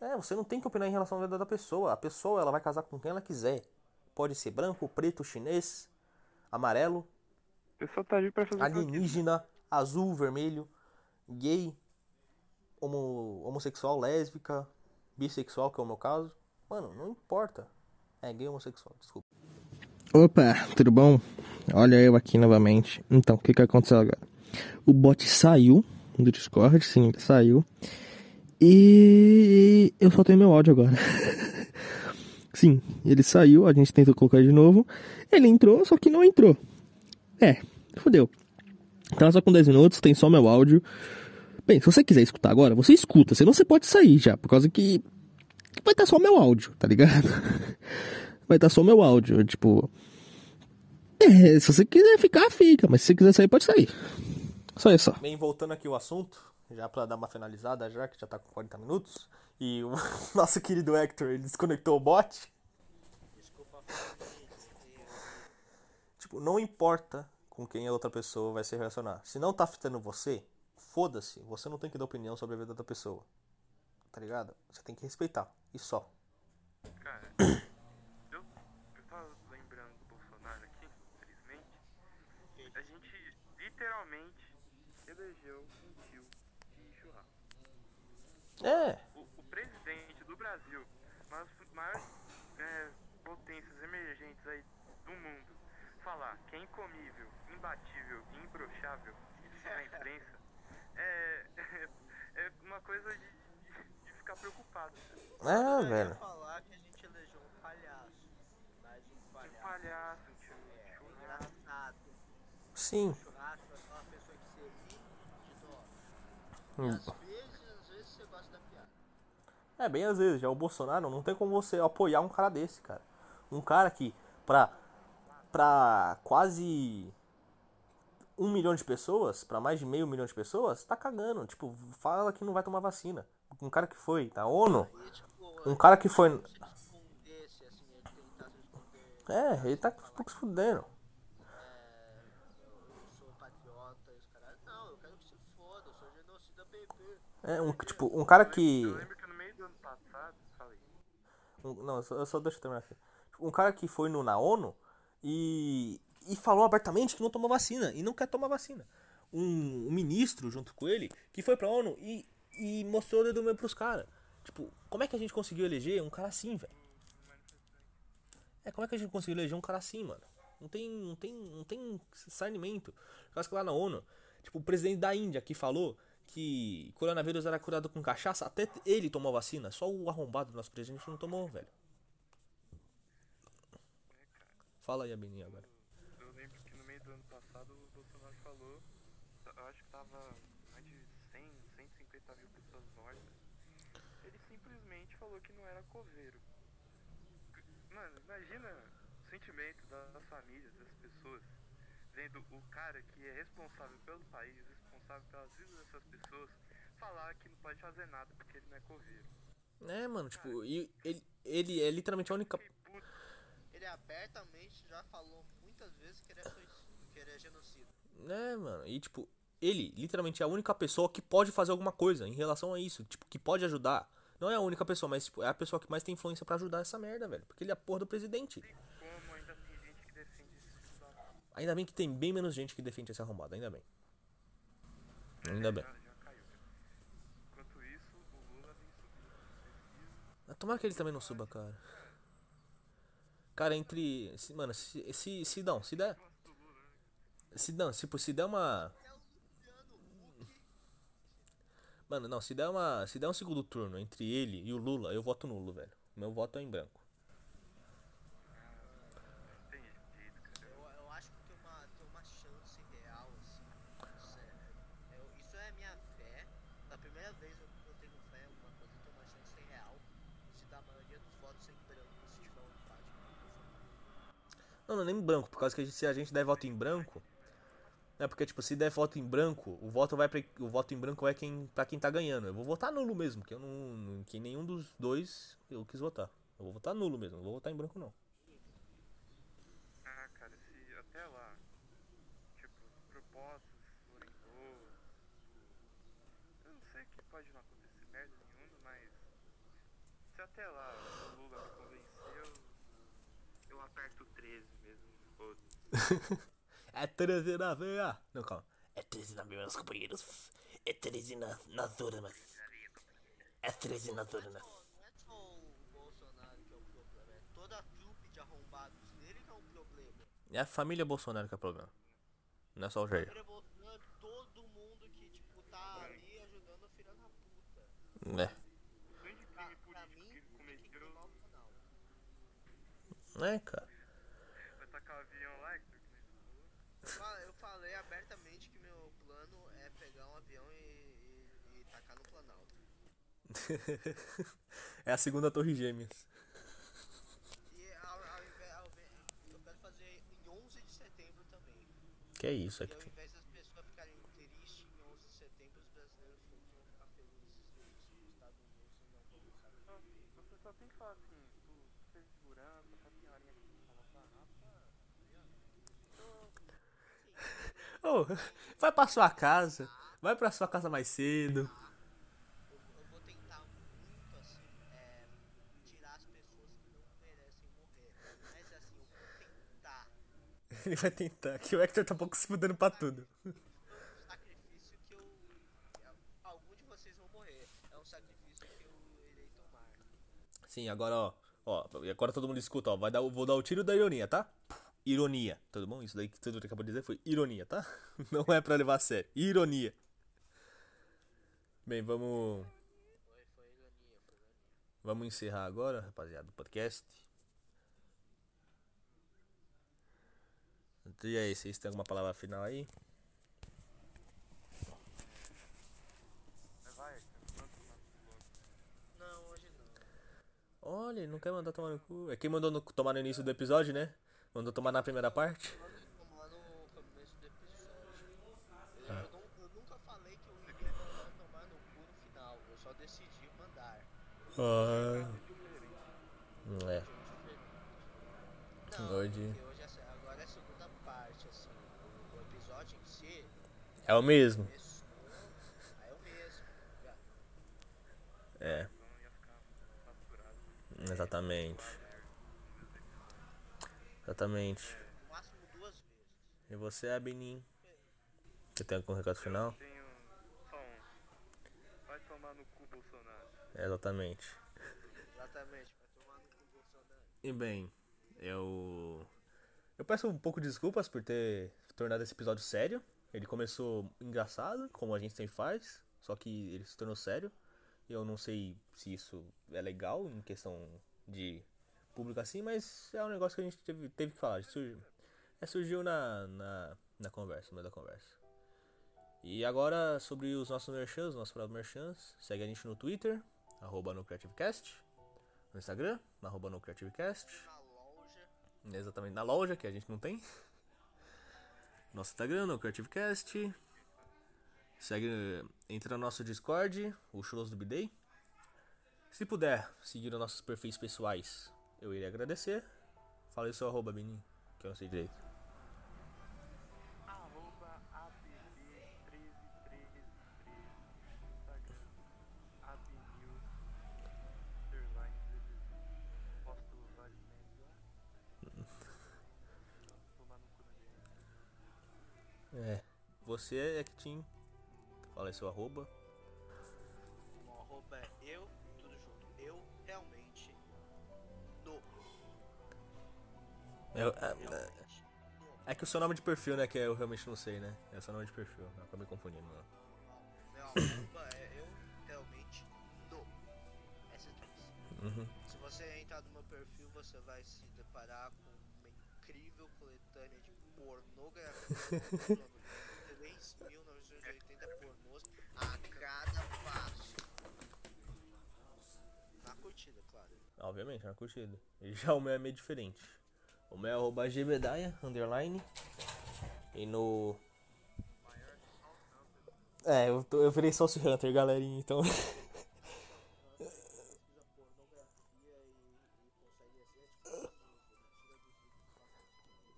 S3: É, você não tem que opinar em relação à vida da pessoa. A pessoa, ela vai casar com quem ela quiser. Pode ser branco, preto, chinês, amarelo,
S2: A pessoa tá ali pra fazer o que
S3: alienígena, azul, vermelho, gay, homo- homossexual, lésbica, bissexual, que é o meu caso. Mano, não importa. É gay homossexual, desculpa. Opa, tudo bom? Olha eu aqui novamente. Então, o que que aconteceu agora? O bot saiu do Discord, sim, ele saiu. E eu só tenho meu áudio agora. sim, ele saiu, a gente tentou colocar de novo. Ele entrou, só que não entrou. É, fodeu. Tá só com 10 minutos, tem só meu áudio. Bem, se você quiser escutar agora, você escuta, senão você pode sair já, por causa que vai estar só meu áudio, tá ligado? Vai estar só meu áudio, tipo. É, se você quiser ficar, fica, mas se você quiser sair, pode sair. Só isso. Bem, voltando aqui o assunto, já pra dar uma finalizada, já que já tá com 40 minutos, e o nosso querido Hector ele desconectou o bot. Tipo, não importa com quem a outra pessoa vai se relacionar. Se não tá afetando você, foda-se. Você não tem que dar opinião sobre a vida da pessoa. Tá ligado? Você tem que respeitar. E só.
S2: Eu, eu tava lembrando do Bolsonaro aqui, infelizmente. A gente literalmente elegeu um tio de churrasco.
S3: É.
S2: O, o presidente do Brasil, mas o maior é, potências emergentes aí do mundo falar que é incomível, imbatível e imbrochável na imprensa é, é, é uma coisa de, de ficar preocupado.
S3: Ah, velho.
S1: falar que a gente elegeu um palhaço. Mas um
S2: Um palhaço, um tio, um churrasco.
S1: engraçado.
S3: Sim.
S1: Churrasco, aquela pessoa que você ri de dó.
S3: Hum.
S1: vezes, às vezes você gosta da piada.
S3: É, bem às vezes, já o Bolsonaro não tem como você apoiar um cara desse, cara. Um cara que, pra, pra quase um milhão de pessoas, pra mais de meio milhão de pessoas, tá cagando. Tipo, fala que não vai tomar vacina. Um cara que foi da ONU,
S1: E tipo,
S3: um cara que foi.
S1: se escondesse, assim, ele tentar se esconder,
S3: É, ele tá um pouco se fudendo.
S1: eu sou patriota, e os caras, não, eu quero que se foda, eu sou genocida bebê.
S3: É, um, tipo, um cara que.
S2: Eu lembro que no meio do ano passado, falei,
S3: Um- Não, eu só, eu só deixa eu terminar aqui. Um cara que foi no, na ONU e, e falou abertamente que não tomou vacina e não quer tomar vacina. Um, um ministro junto com ele que foi pra ONU e, e mostrou o dedo meio pros caras. Tipo, como é que a gente conseguiu eleger um cara assim, velho? É, como é que a gente conseguiu eleger um cara assim, mano? Não tem, não tem, não tem saneamento. Por causa que lá na ONU, tipo, o presidente da Índia que falou que coronavírus era curado com cachaça, até ele tomou vacina. Só o arrombado do nosso presidente não tomou, velho. Fala aí, Abininho, agora.
S2: eu lembro que no meio do ano passado o Bolsonaro falou, ta- eu acho que tava mais de 100, 150 mil pessoas mortas. Ele simplesmente falou que não era coveiro. Mano, imagina o sentimento da- das famílias, das pessoas, vendo o cara que é responsável pelo país, responsável pelas vidas dessas pessoas, falar que não pode fazer nada porque ele não é coveiro.
S3: É, mano, tipo, e ele, ele é literalmente a única.
S2: Fiquei puto.
S1: Ele abertamente já falou muitas vezes que ele é suicida, que ele é genocida.
S3: É, mano, e tipo, ele literalmente é a única pessoa que pode fazer alguma coisa em relação a isso, tipo, que pode ajudar. Não é a única pessoa, mas tipo, é a pessoa que mais tem influência pra ajudar essa merda, velho. Porque ele é a porra do presidente.
S2: Como ainda tem gente que defende esse filho da
S3: Ainda bem que tem bem menos gente que defende esse arrombado, ainda bem. Ainda bem.
S2: É, Já, já caiu. Enquanto isso, o Lula vem subindo.
S3: Ah, Tomara que ele também não suba, cara. Cara, entre. se- Mano, se, se, se não, se der. Se não, se, se der uma. Mano, não, se der uma. Se der um segundo turno entre ele e o Lula, eu voto nulo, velho. Meu voto é em branco.
S2: Tem jeito, cara.
S1: Eu, eu acho que tem uma, tem uma chance real, assim. Sério. Eu- isso é minha fé. Pela primeira vez eu, eu tenho fé em alguma coisa, tem uma chance real de dar a maioria dos votos em branco se tiver um empate. com o Bolsonaro.
S3: Não, não, nem em branco, por causa que se a gente der voto em branco. É porque, tipo, se der voto em branco, o voto vai pra, o voto em branco é quem, pra quem tá ganhando. Eu vou votar nulo mesmo, que eu não, não- Que nenhum dos dois eu quis votar. Eu vou votar nulo mesmo, não vou votar em branco não.
S2: Ah, cara, se até lá, tipo, as propostas forem boas, eu não sei que pode não acontecer merda nenhuma, mas se até lá o Lula me convenceu, eu aperto 13 mesmo. foda.
S3: É 13 na veia. Não, calma.
S7: É 13 na meus companheiros. É 13 na, nas urnas. É 13 nas urnas.
S1: Pô, não é só o Bolsonaro que é o problema, é toda a trupe de arrombados dele que é o problema.
S3: É a família Bolsonaro que é o problema. Não é só o Jair.
S1: Ele é Bolsonaro, todo mundo que, tipo, tá ali ajudando a filha da puta.
S3: É.
S2: O grande crime
S1: Pra mim,
S2: político que
S1: tem
S2: ele
S1: que
S2: cometeu
S1: queimar o canal.
S3: É, cara.
S2: vai tacar o avião lá, que foi
S1: Eu fa- Eu falei abertamente que meu plano é pegar um avião e, e- e tacar no Planalto.
S3: é a segunda torre gêmeas.
S1: E ao, ao invés, ao invés- eu quero fazer em 11 de setembro também.
S3: Que é isso, é
S1: E ao invés das pessoas ficarem tristes em 11 de setembro, os brasileiros vão ficar felizes. Os Estados Unidos não vão saber.
S2: Não, Você só tem que falar assim, tu fez segurança, tá senhorinha aqui que fala pra rapaz.
S3: Ô, vai pra sua casa. Vai pra sua casa mais cedo.
S1: Eu, eu vou tentar muito, assim, é, tirar as pessoas que não merecem morrer. Mas, assim, eu vou tentar.
S3: Ele vai tentar, que o Hector tá um pouco se fudendo pra tudo.
S1: um sacrifício que eu. Algum de vocês vão morrer. É um sacrifício que eu irei tomar.
S3: Sim, agora, ó. Ó, e agora todo mundo escuta, ó. Vai dar, o- vou dar o tiro da ironia, tá? Ironia, tudo bom? Isso daí que tudo que acabou de dizer foi ironia, tá? Não é pra levar a sério. Ironia. Bem, vamos. Vamos encerrar agora, rapaziada, o podcast. E aí, vocês têm alguma palavra final aí? Olha, ele não quer mandar tomar no cu. É quem mandou no- tomar no início do episódio, né? Mandou tomar na primeira parte.
S1: Eu, não- eu nunca falei que eu iria mandar tomar no cu no final. Eu só decidi mandar.
S3: Ah. É.
S1: Não,
S3: Hoje-
S1: porque hoje é se- agora é a segunda parte, assim. O episódio em si
S3: É o mesmo.
S1: começou. Aí eu mesmo.
S3: É. Exatamente. Exatamente.
S1: No máximo duas vezes.
S3: E você, Abenin? Você tem algum recado final?
S8: Tenho só um. Vai tomar no cu, Bolsonaro.
S3: É, exatamente.
S1: Exatamente, pra tomar no cu do Bolsonaro.
S3: E bem, eu. Eu peço um pouco de desculpas por ter tornado esse episódio sério. Ele começou engraçado, como a gente sempre faz, só que ele se tornou sério. Eu não sei se isso é legal em questão de público assim, mas é um negócio que a gente teve, teve que falar. Surgiu, é, surgiu na, na, na conversa, no meio da conversa. E agora sobre os nossos merchans, nossos próprios merchans, segue a gente no Twitter, arroba no CreativeCast, no Instagram, arroba no CreativeCast.
S1: Na loja.
S3: Exatamente, na loja que a gente não tem. Nosso Instagram, o CreativeCast. Segue, entra no nosso Discord, o Chulos do Bidei. Se puder seguir os nossos perfis pessoais, eu irei agradecer. Fala aí seu arroba, Bini, que eu não sei direito.
S8: Arroba ABB131313 Instagram Avenil Underline 16 Posto vários memes lá. Tomar no cu da gente.
S3: É. Você é Actin. Fala aí seu arroba.
S1: No arroba é eu, tudo junto. Eu realmente. No.
S3: É, é-
S1: Realmente.
S3: é que o seu nome de perfil, né? Que eu realmente não sei, né? É o seu nome de perfil. Eu acabei confundindo, né? mano.
S1: Não, arroba é eu realmente. No. Essa três.
S3: Uhum.
S1: Se você entrar no meu perfil, você vai se deparar com uma incrível coletânea de pornografia. 3.980 pornôs a cada passo. Na curtida, claro.
S3: Obviamente, é uma curtida. E Já o meu é meio diferente. O meu é arroba gbedaya, underline. E no. É, eu, tô, eu virei Sauce Hunter, galerinha, então.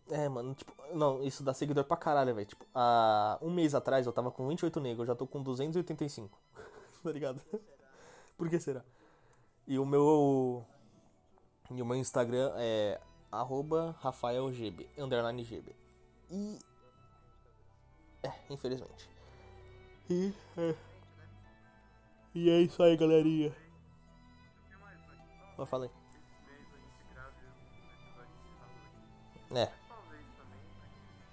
S3: É, mano, tipo, não, isso dá seguidor pra caralho, velho. Tipo, há um mês atrás eu tava com 28 negros, eu já tô com 285. tá ligado? Por que será? E o meu. E o meu Instagram é arroba RafaelGB, underline GB. E. É, infelizmente. E é. E é isso aí, galerinha. Mas falei. É.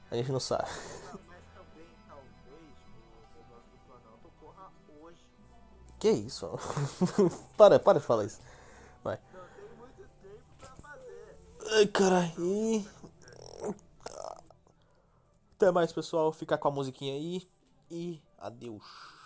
S3: A gente não sabe.
S1: Mas também, talvez, o negócio do Planalto ocorra hoje.
S3: Que isso? para, para de falar isso. Vai. Ai, caralho. E- Até mais, pessoal. Fica com a musiquinha aí. E adeus.